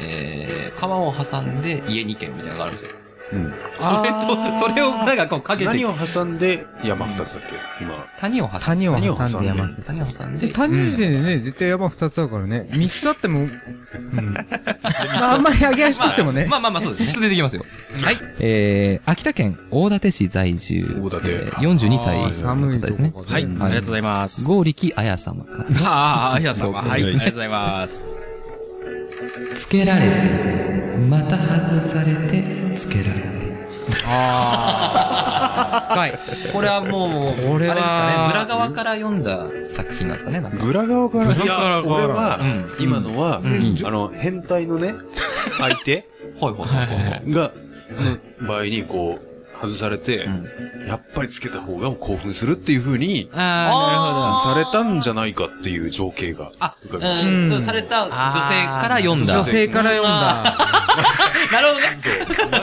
[SPEAKER 6] えー、川を挟んで家2軒みたいなのがあるんですよ。
[SPEAKER 4] うん。
[SPEAKER 6] それ
[SPEAKER 5] あ
[SPEAKER 6] と、
[SPEAKER 5] ー
[SPEAKER 6] それをなんかこうかけ
[SPEAKER 4] 何
[SPEAKER 6] て、
[SPEAKER 4] を挟んで山二つだっけ今。
[SPEAKER 6] 谷を挟んで。
[SPEAKER 5] 谷を挟んで山。
[SPEAKER 6] 谷を挟んで、
[SPEAKER 5] 単人生でね、絶対山二つだからね。三つあっても、うん。まあ、あんまり上げ足取ってもね。
[SPEAKER 6] まあまあまあそうですね。出てきますよ。はい。えー、秋田県大館市在住。
[SPEAKER 4] 大館
[SPEAKER 6] えー42歳
[SPEAKER 5] あー
[SPEAKER 6] の
[SPEAKER 5] 寒
[SPEAKER 6] 方
[SPEAKER 5] いと
[SPEAKER 6] ですね。
[SPEAKER 5] こ
[SPEAKER 8] はい、ありがとうございます。
[SPEAKER 6] 剛力綾様から。
[SPEAKER 8] ああ、あやさんは。はい、あ
[SPEAKER 4] は
[SPEAKER 8] り
[SPEAKER 4] い
[SPEAKER 8] がとうございます。
[SPEAKER 6] つけられて、また外されて、つけられて。 [laughs] ああ。はい。これはもう、
[SPEAKER 5] これは
[SPEAKER 6] あれですかね、裏側から読んだ作品なんですかね、なんか。
[SPEAKER 4] ブラ側から。いや、
[SPEAKER 8] 側
[SPEAKER 4] 俺は
[SPEAKER 6] うん、
[SPEAKER 4] 今のは、
[SPEAKER 6] ん
[SPEAKER 4] あの、変態のね、相 [laughs] 手
[SPEAKER 6] ほいほいほいほいほい。
[SPEAKER 4] が、の場合に、こう、外されて、やっぱりつけた方が興奮するっていう風に、
[SPEAKER 8] あ
[SPEAKER 4] されたんじゃないかっていう情景が
[SPEAKER 6] あ、
[SPEAKER 4] 浮
[SPEAKER 6] う
[SPEAKER 4] かびました。
[SPEAKER 6] ん、そうされた女性から読んだ。
[SPEAKER 5] 女性から読んだ。
[SPEAKER 6] なるほどね。
[SPEAKER 4] そ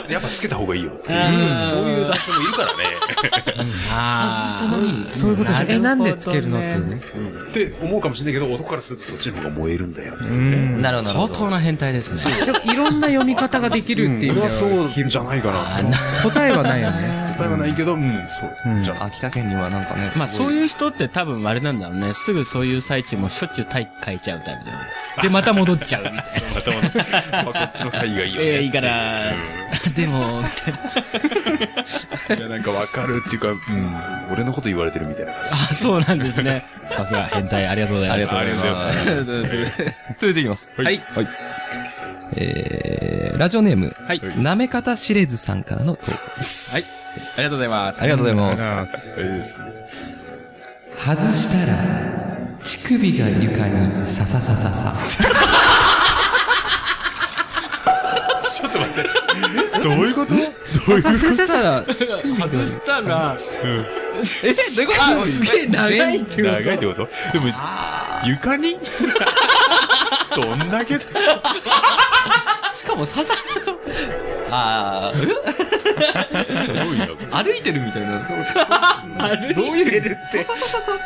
[SPEAKER 4] うやっぱつけた方がいいよって
[SPEAKER 8] あ、なるほ
[SPEAKER 4] いう。
[SPEAKER 8] ど。
[SPEAKER 4] そういう男性もいるからね。
[SPEAKER 8] あ
[SPEAKER 6] 外したのに
[SPEAKER 5] そういうことじゃ、え、
[SPEAKER 8] な
[SPEAKER 5] な
[SPEAKER 8] るほどね
[SPEAKER 5] んでつけるのっていうね。
[SPEAKER 4] って思うかもしれないけど、男からするとそっちの方が燃えるんだよっていう
[SPEAKER 5] う
[SPEAKER 4] ね。
[SPEAKER 5] ん
[SPEAKER 6] なるほど。
[SPEAKER 8] 相当な変態ですね。
[SPEAKER 5] でもいろんな読み方ができるっていう意味
[SPEAKER 4] 俺
[SPEAKER 5] で
[SPEAKER 4] は
[SPEAKER 5] は、
[SPEAKER 4] そうじゃないかなって。
[SPEAKER 5] 答えはないよね。
[SPEAKER 4] 答えはないけど、うん、そう。じゃあ、
[SPEAKER 6] 秋田県にはなんかね、
[SPEAKER 8] まあそう
[SPEAKER 6] う。
[SPEAKER 8] いう人って多分あれなんだろうね。すぐそういう最中もしょっちゅう体変えちゃうタイプだよね。で、また戻っちゃうみたいな。
[SPEAKER 4] 頭の、まあ、こっちの体がいいよね。
[SPEAKER 8] [laughs] ええ、いいから、でも、 [laughs] みたいな。
[SPEAKER 4] いや、なんかわかるっていうか、うん、俺のこと言われてるみたいな感
[SPEAKER 8] あ、そうなんですね。さすが、変態、ありがとうございます。
[SPEAKER 4] ありがとうございます
[SPEAKER 8] ありがとうございます。
[SPEAKER 6] 続いていきます。
[SPEAKER 8] はい。
[SPEAKER 6] はい。えー、ラジオネーム、
[SPEAKER 8] はい。はい。
[SPEAKER 6] なめかたしれずさんからの投稿です。
[SPEAKER 8] ありがとうございます。
[SPEAKER 6] ありがとうございます。
[SPEAKER 4] じ。いいですね。
[SPEAKER 6] 外したら、乳首が床にさささささ。
[SPEAKER 4] どういうこと
[SPEAKER 6] 外したら、
[SPEAKER 8] 外したら、
[SPEAKER 6] え、どういうこと
[SPEAKER 8] すげえ長いってこと
[SPEAKER 4] 長いってことでも、床にどんだけだ
[SPEAKER 6] [laughs] しかもささ、あー、
[SPEAKER 4] すごいよ。
[SPEAKER 6] 歩いてるみたいな。そう
[SPEAKER 8] 歩いてるって。
[SPEAKER 6] さささささ。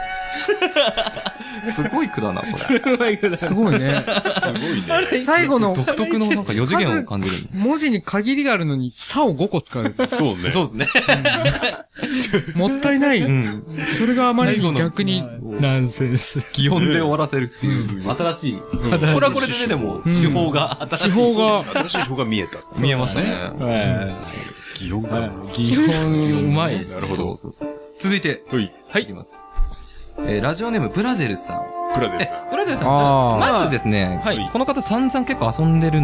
[SPEAKER 6] すごい句だな、これ。
[SPEAKER 8] うまいこと
[SPEAKER 5] すごいね。
[SPEAKER 4] すごいね。
[SPEAKER 5] 最後の
[SPEAKER 6] [laughs] 独特のなんか4次元を感じる。
[SPEAKER 5] 文字に限りがあるのに、さを5個使う。
[SPEAKER 4] そうね。
[SPEAKER 6] そうですね。
[SPEAKER 5] もったいない。
[SPEAKER 6] うん。
[SPEAKER 5] それがあまりに逆に。
[SPEAKER 8] ナンセンス。
[SPEAKER 6] 擬音で終わらせるっていう。新しい。これはこれでね、でも、手法が新し
[SPEAKER 5] 手
[SPEAKER 6] い。
[SPEAKER 5] 法が、
[SPEAKER 4] 新しい情報が見えた。
[SPEAKER 6] 見えましたね。
[SPEAKER 8] はい。
[SPEAKER 4] 擬音が。
[SPEAKER 8] 基本、うまいです
[SPEAKER 4] な。るほど。
[SPEAKER 6] そうそうそう。続いて。
[SPEAKER 4] はい。
[SPEAKER 6] はい。いきます。えー、ラジオネーム、ブラゼルさん。
[SPEAKER 4] プラデル
[SPEAKER 6] え
[SPEAKER 4] さん。、
[SPEAKER 6] ブラゼルさん。
[SPEAKER 5] あー
[SPEAKER 6] まずですね、
[SPEAKER 8] はい
[SPEAKER 6] この方散々結構遊んでる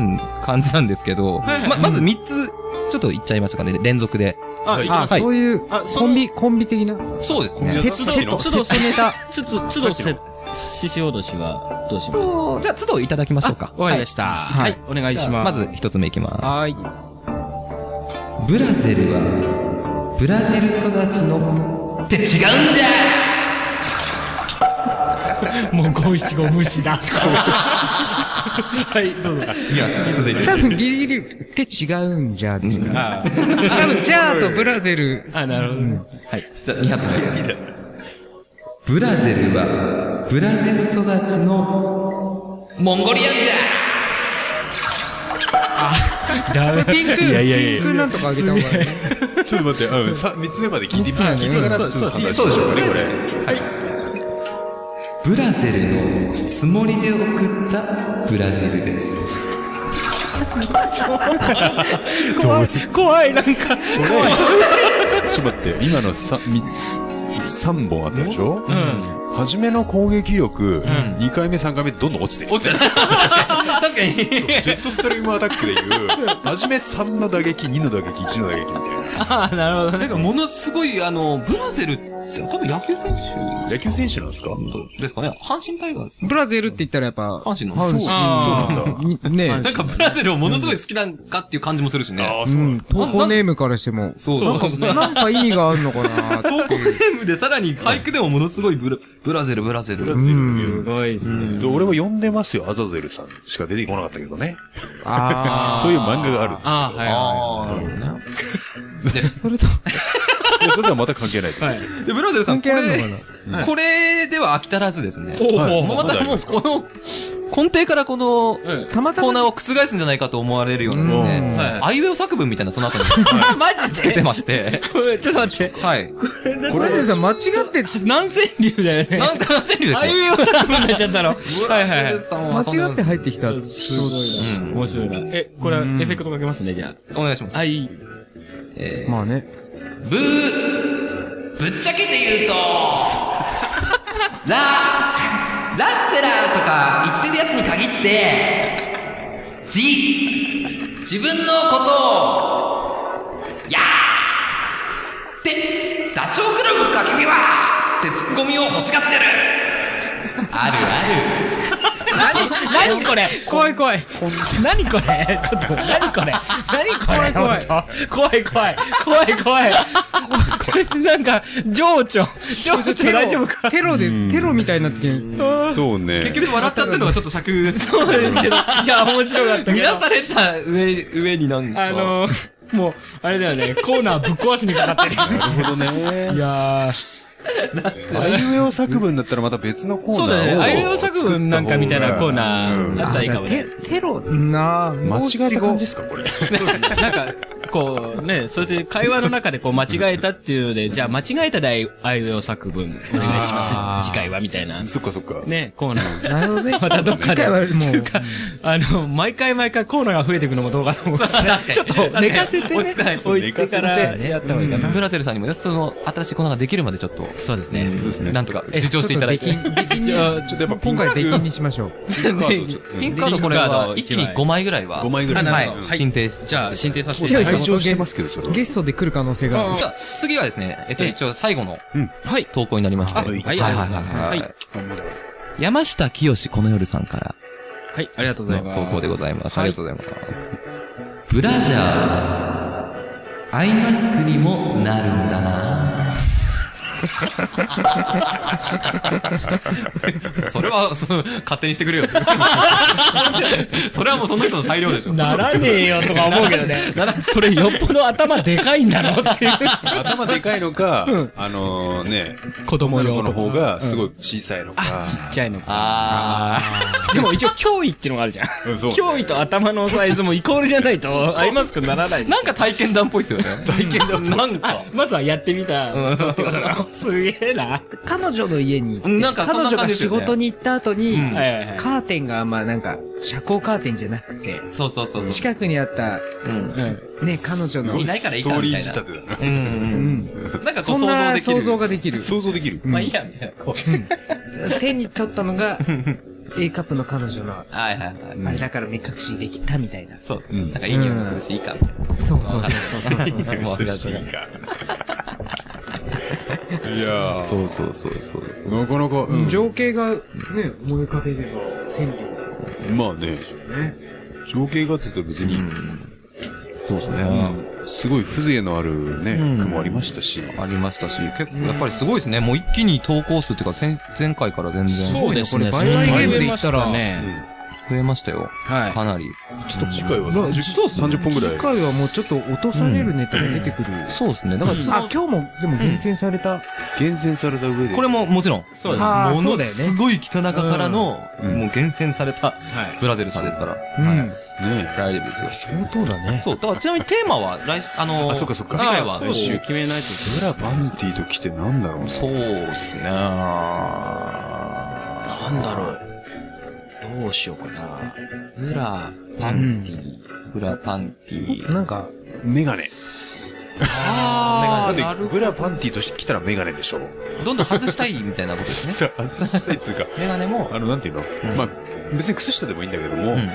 [SPEAKER 6] 感じなんですけど、
[SPEAKER 8] はいはい
[SPEAKER 6] ま、まず3つ、ちょっと言っちゃいましたかね、連続で。
[SPEAKER 8] あ、
[SPEAKER 4] はい
[SPEAKER 5] あ、
[SPEAKER 6] はい
[SPEAKER 5] そういう、
[SPEAKER 8] あそ
[SPEAKER 5] コ
[SPEAKER 8] の
[SPEAKER 5] ンビ、コンビ的な。
[SPEAKER 6] そうですね。
[SPEAKER 5] セット、セット、
[SPEAKER 8] ち
[SPEAKER 5] セ
[SPEAKER 8] ょっと
[SPEAKER 5] ットネタ。
[SPEAKER 8] ちょっと、ちょっとせ、獅子おどしは、どうします
[SPEAKER 6] じゃあ、都度いただきましょうか。
[SPEAKER 8] 終わりま
[SPEAKER 6] し
[SPEAKER 8] した。
[SPEAKER 5] は
[SPEAKER 8] はいい。お願いします。
[SPEAKER 6] まず、一つ目いきます。
[SPEAKER 8] はい。
[SPEAKER 6] ブラゼルは、ブラジル育ちの、って違うんじゃ
[SPEAKER 8] もう五七五無視だ。はい、どうぞ。
[SPEAKER 6] いや、続いて。
[SPEAKER 5] 多分ギリギリって違うんじゃっていう。多分、ジャーとブラゼル。
[SPEAKER 8] あ、なるほどね。
[SPEAKER 6] じゃあ、2発目。ブラゼルは、ブラジル育ちの、モンゴリアンじゃ
[SPEAKER 8] ダメ。
[SPEAKER 5] ピンク、ピン
[SPEAKER 4] やいやいや
[SPEAKER 5] クなんとかあげた方がいい。
[SPEAKER 4] ちょっと待って、うん、さ、三つ目まで聞いてみた。聞いてからちょっと話
[SPEAKER 6] そうそうそう
[SPEAKER 4] ね、
[SPEAKER 6] そう
[SPEAKER 4] これ。
[SPEAKER 6] ブラゼルのつもりで送ったブラジルです。
[SPEAKER 8] 怖い、怖い、なんか。
[SPEAKER 4] ちょっと待って、今のさ、み、三本あったでしょうん。初めの攻撃力、二回目、三回目、どんどん落ちてる。
[SPEAKER 6] 落ちた。確かに。
[SPEAKER 4] ジェットストリームアタックでいう、初め3の打撃、2の打撃、1の打撃みたいな。
[SPEAKER 8] あなるほど
[SPEAKER 6] な
[SPEAKER 8] ね。
[SPEAKER 6] んかものすごい、あの、ブラゼルって多分野球選手
[SPEAKER 4] 野球選手なんですか
[SPEAKER 6] ですかね阪神タイガース。
[SPEAKER 5] ブラゼルって言ったらやっぱ、
[SPEAKER 6] 阪神の
[SPEAKER 5] 阪
[SPEAKER 4] あーそうなんだ
[SPEAKER 5] 神に。ね
[SPEAKER 6] なんかブラゼルをものすごい好きなんかっていう感じもするしね。
[SPEAKER 4] ああ、
[SPEAKER 5] う
[SPEAKER 4] そうなん
[SPEAKER 5] ん、
[SPEAKER 4] だ。
[SPEAKER 5] 投稿ネームからしても。
[SPEAKER 6] そう
[SPEAKER 5] なんか、なんか意味があるのかなって
[SPEAKER 6] 高校
[SPEAKER 5] いう。
[SPEAKER 6] ネームでさらに俳句でもものすごいブラブラゼル、ブラゼル。
[SPEAKER 5] うん。
[SPEAKER 8] すごいですね。
[SPEAKER 4] で俺は呼んでますよ、アザゼルさんしか出てこなかったけどね。
[SPEAKER 5] あ
[SPEAKER 4] そういう漫画があるんです
[SPEAKER 8] あはいは
[SPEAKER 6] ああ、なるほどね。
[SPEAKER 5] あ。それと、
[SPEAKER 4] いやそれとはまた関係ない。
[SPEAKER 8] い。はい。
[SPEAKER 6] で、ブラゼルさん、
[SPEAKER 5] 関
[SPEAKER 6] こ
[SPEAKER 5] 係あるの
[SPEAKER 6] れ
[SPEAKER 5] か、
[SPEAKER 6] これでは飽き足らずですね。
[SPEAKER 8] お
[SPEAKER 4] はい
[SPEAKER 6] もうまたもう、この、根底からこの、
[SPEAKER 8] うん
[SPEAKER 5] たまた
[SPEAKER 6] コーナー
[SPEAKER 5] ま、
[SPEAKER 6] を覆すんじゃないかと思われるようなです
[SPEAKER 5] うん
[SPEAKER 6] ね、
[SPEAKER 8] はい
[SPEAKER 6] あいうえお作文みたいなその後に
[SPEAKER 8] マジ
[SPEAKER 6] [laughs]
[SPEAKER 8] で
[SPEAKER 6] つけてまして、
[SPEAKER 8] これ、ちょっと待って。
[SPEAKER 6] はい。
[SPEAKER 5] これでさ、間違って、
[SPEAKER 8] 南川流だよね。
[SPEAKER 6] なんか川川柳ですよ。
[SPEAKER 8] あいうえお作文になっちゃったの。はいはいはい。
[SPEAKER 6] 間
[SPEAKER 5] 間違って入ってきた。
[SPEAKER 8] すごいな。面白いな。え、これはエフェクトかけますね、じゃ
[SPEAKER 6] お願いします。
[SPEAKER 8] あ。はい。
[SPEAKER 5] まあね。
[SPEAKER 6] ぶ [laughs] ー、ぶっちゃけて言うと、 [laughs] ラ、ラッセラーとか言ってるやつに限って、じ、自分のことを、やーって、ダチョウ倶楽部か君はってツッコミを欲しがってるあるある。
[SPEAKER 8] 何これ怖い怖い。何これ [laughs] ちょっと、何これ何これ怖い怖い怖い怖い怖いこれなんか、情緒。情緒大丈夫か
[SPEAKER 5] テロで、テロみたいになってきて
[SPEAKER 4] そうね。
[SPEAKER 6] 結局笑っちゃったのはちょっと尺です。
[SPEAKER 8] そ
[SPEAKER 6] [laughs]
[SPEAKER 8] うですけど。いや、面白かったけど。
[SPEAKER 6] 乱された上、上になんか。
[SPEAKER 8] あのー、もう、あれだよね、コーナーぶっ壊しにかかってる。
[SPEAKER 4] なるほどね。
[SPEAKER 8] いやー、
[SPEAKER 4] あいうえお作文だったらまた別のコーナーを。
[SPEAKER 8] そうだね、あいうえお作文なんかみたいなコー
[SPEAKER 4] ー。
[SPEAKER 8] ナーあったらいいかも
[SPEAKER 5] テ
[SPEAKER 8] ね。
[SPEAKER 5] テロなぁ。
[SPEAKER 4] 間違えた感じ
[SPEAKER 5] 五七
[SPEAKER 4] ですか、これ。
[SPEAKER 8] なんか、こうね、それで会話の中でこう間違えたっていうので、じゃあ間違えたであいうえお作文お願いします。次回はみたいな。
[SPEAKER 4] そっかそっか。
[SPEAKER 8] ね、コーナー。
[SPEAKER 5] 五なるほどね。
[SPEAKER 8] またどっか
[SPEAKER 5] 次
[SPEAKER 8] で。
[SPEAKER 5] 回はも
[SPEAKER 8] [laughs] っていう
[SPEAKER 5] う、
[SPEAKER 8] か、あの、毎回毎回コーナーが増えていくのもどうかと思う [laughs] しちょっと寝かせてね、
[SPEAKER 6] 落ち着かないです
[SPEAKER 8] 置いてからやった方がいいかな。
[SPEAKER 6] ブラゼルさんにもね、その、新しいコーナーができるまでちょっと、
[SPEAKER 8] そうですね。
[SPEAKER 4] そうですね。
[SPEAKER 6] なんとか、自重していただいて。
[SPEAKER 5] ちょっと出禁出禁に
[SPEAKER 8] ち
[SPEAKER 4] ちょ
[SPEAKER 8] ょ
[SPEAKER 4] っとやっぱ
[SPEAKER 5] 今回出
[SPEAKER 4] で
[SPEAKER 5] 禁にしましょう。
[SPEAKER 6] ピンクカードこれは、
[SPEAKER 8] ピン
[SPEAKER 6] 一気
[SPEAKER 8] クカード
[SPEAKER 6] に5枚ぐらいは。
[SPEAKER 4] 5枚ぐらい
[SPEAKER 6] は
[SPEAKER 4] はい
[SPEAKER 6] い。進呈し
[SPEAKER 8] じゃあ、進呈させてい
[SPEAKER 5] じゃ
[SPEAKER 8] た
[SPEAKER 5] あ
[SPEAKER 8] だ
[SPEAKER 4] 退
[SPEAKER 8] きます。
[SPEAKER 4] 場してますけど、それは。
[SPEAKER 5] ゲストで来る可能性がある。
[SPEAKER 6] さあ、次はですね、えっと、
[SPEAKER 8] ええ
[SPEAKER 6] 一応最後の
[SPEAKER 8] はい。
[SPEAKER 6] 投稿になりまして。
[SPEAKER 4] あはい
[SPEAKER 6] はいはいはいはい。山下清この夜さんから
[SPEAKER 8] はい、ありがとうございます。
[SPEAKER 6] の投稿でございます。あ
[SPEAKER 8] はい
[SPEAKER 6] りがとうございます。ブラジャーは、アイマスクにもなるんだなそれは、その、勝手にしてくれよって。それはもうその人の裁量でしょ。
[SPEAKER 8] ならねえよとか思うけど [laughs] ね。それよっぽど頭でかいんだろうっていう。
[SPEAKER 4] 頭でかいのか、あのね、
[SPEAKER 8] 子供
[SPEAKER 4] 女の
[SPEAKER 8] 用
[SPEAKER 4] 子
[SPEAKER 8] と
[SPEAKER 4] の方
[SPEAKER 8] か。
[SPEAKER 4] がすごい小さいのか。
[SPEAKER 8] ちっちゃいのか。
[SPEAKER 6] あ
[SPEAKER 8] でも一応脅威っていうのがあるじゃん。
[SPEAKER 4] うんそう
[SPEAKER 8] 脅威と頭のサイズもイコールじゃないとアイマスクにならない
[SPEAKER 6] ー。。なんか体験談っぽいですよね。体験談なんか。
[SPEAKER 8] まずはやってみた人ってことだすげえな。
[SPEAKER 5] 彼女の家に行って
[SPEAKER 6] なんかそん
[SPEAKER 5] 彼
[SPEAKER 6] な
[SPEAKER 5] 女
[SPEAKER 6] 感
[SPEAKER 5] が
[SPEAKER 6] じです
[SPEAKER 5] 仕
[SPEAKER 6] よね
[SPEAKER 5] 事に行った後に、
[SPEAKER 8] はいはいはい
[SPEAKER 5] カーテンがあんまなんか、遮光カーテンじゃなくて、
[SPEAKER 6] そうそうそうそう。
[SPEAKER 5] 近くにあった、
[SPEAKER 8] うん。
[SPEAKER 5] ね、彼女の
[SPEAKER 6] い、ないからいい
[SPEAKER 4] スト
[SPEAKER 6] か
[SPEAKER 4] ー
[SPEAKER 6] み
[SPEAKER 4] リ
[SPEAKER 6] た
[SPEAKER 4] ー
[SPEAKER 6] い
[SPEAKER 4] 仕
[SPEAKER 6] な
[SPEAKER 4] 立。てだな。
[SPEAKER 5] うん、
[SPEAKER 6] なんかこう
[SPEAKER 5] そん
[SPEAKER 6] 想像
[SPEAKER 5] な
[SPEAKER 6] できる。
[SPEAKER 5] 想像
[SPEAKER 4] 想像
[SPEAKER 5] ができる。
[SPEAKER 4] できる。
[SPEAKER 6] まあいいや、みたいな。こう
[SPEAKER 5] 手に取ったの
[SPEAKER 6] [laughs]
[SPEAKER 5] が、A カップの彼女の、
[SPEAKER 6] はいはいはい。
[SPEAKER 5] あれだから目隠しできたみたいな。
[SPEAKER 6] そうですね。なんかいい匂いもするし、いいかみたいな。
[SPEAKER 5] そうそうそうそう。
[SPEAKER 6] いい匂いもするし。
[SPEAKER 4] いや
[SPEAKER 6] そうそうそうそうそう。
[SPEAKER 4] ー、なかなか、うん
[SPEAKER 5] 情景がね、思い浮かべれば、千里。
[SPEAKER 4] まあね、情景があってたら別に、
[SPEAKER 6] そうですね。
[SPEAKER 4] すごい風情のあるね、句もありましたし。
[SPEAKER 6] ありましたし、結構やっぱりすごいですね。もう一気に投稿数っていうか、前前回から全然
[SPEAKER 8] そうですね。
[SPEAKER 5] これ倍々ゲームで言ったら
[SPEAKER 8] そんなに増えましたね。
[SPEAKER 6] 増えましたよ。
[SPEAKER 8] はい。
[SPEAKER 6] かなり。
[SPEAKER 4] ちょっと次回は
[SPEAKER 5] まあ
[SPEAKER 4] 30、30本ぐらい
[SPEAKER 5] 次。回はもうちょっと落とされるネタが出てくる。
[SPEAKER 6] そうですね。だから、
[SPEAKER 5] あ、今日も、でも厳選された。
[SPEAKER 4] 厳選された上で。
[SPEAKER 6] これももちろん、
[SPEAKER 8] そうです。
[SPEAKER 5] ああ、
[SPEAKER 6] も
[SPEAKER 5] そ
[SPEAKER 6] の
[SPEAKER 5] うだよ
[SPEAKER 6] す
[SPEAKER 5] ね。
[SPEAKER 6] ごい北中からの、
[SPEAKER 4] うん
[SPEAKER 6] もう厳選された
[SPEAKER 8] はい。
[SPEAKER 6] ブラゼルさんですから、
[SPEAKER 5] うん。
[SPEAKER 4] ね。
[SPEAKER 6] 大丈夫ですよ。
[SPEAKER 5] 本当だね。
[SPEAKER 6] そう、だからちなみにテーマは来、あのー、
[SPEAKER 4] あそっかそっか
[SPEAKER 6] 次回は、
[SPEAKER 4] 来週
[SPEAKER 6] 決めないと。
[SPEAKER 4] ブラバンティと来てなんだろうね。
[SPEAKER 6] そうですね。
[SPEAKER 8] なんだろう。どうしようかな。
[SPEAKER 6] ブラ、パンティ、ブラパンティ。
[SPEAKER 5] なんか、
[SPEAKER 4] メガネ。だ
[SPEAKER 8] あ
[SPEAKER 4] って、ブラパンティとして来たらメガネでしょ。
[SPEAKER 6] どんどん外したいみたいなこと
[SPEAKER 4] [laughs]
[SPEAKER 6] ですね。
[SPEAKER 4] さあ、外したいっつうか。
[SPEAKER 6] メガネも、
[SPEAKER 4] あの、なんていうのまあ、別に靴下でもいいんだけども
[SPEAKER 6] うんう、ん。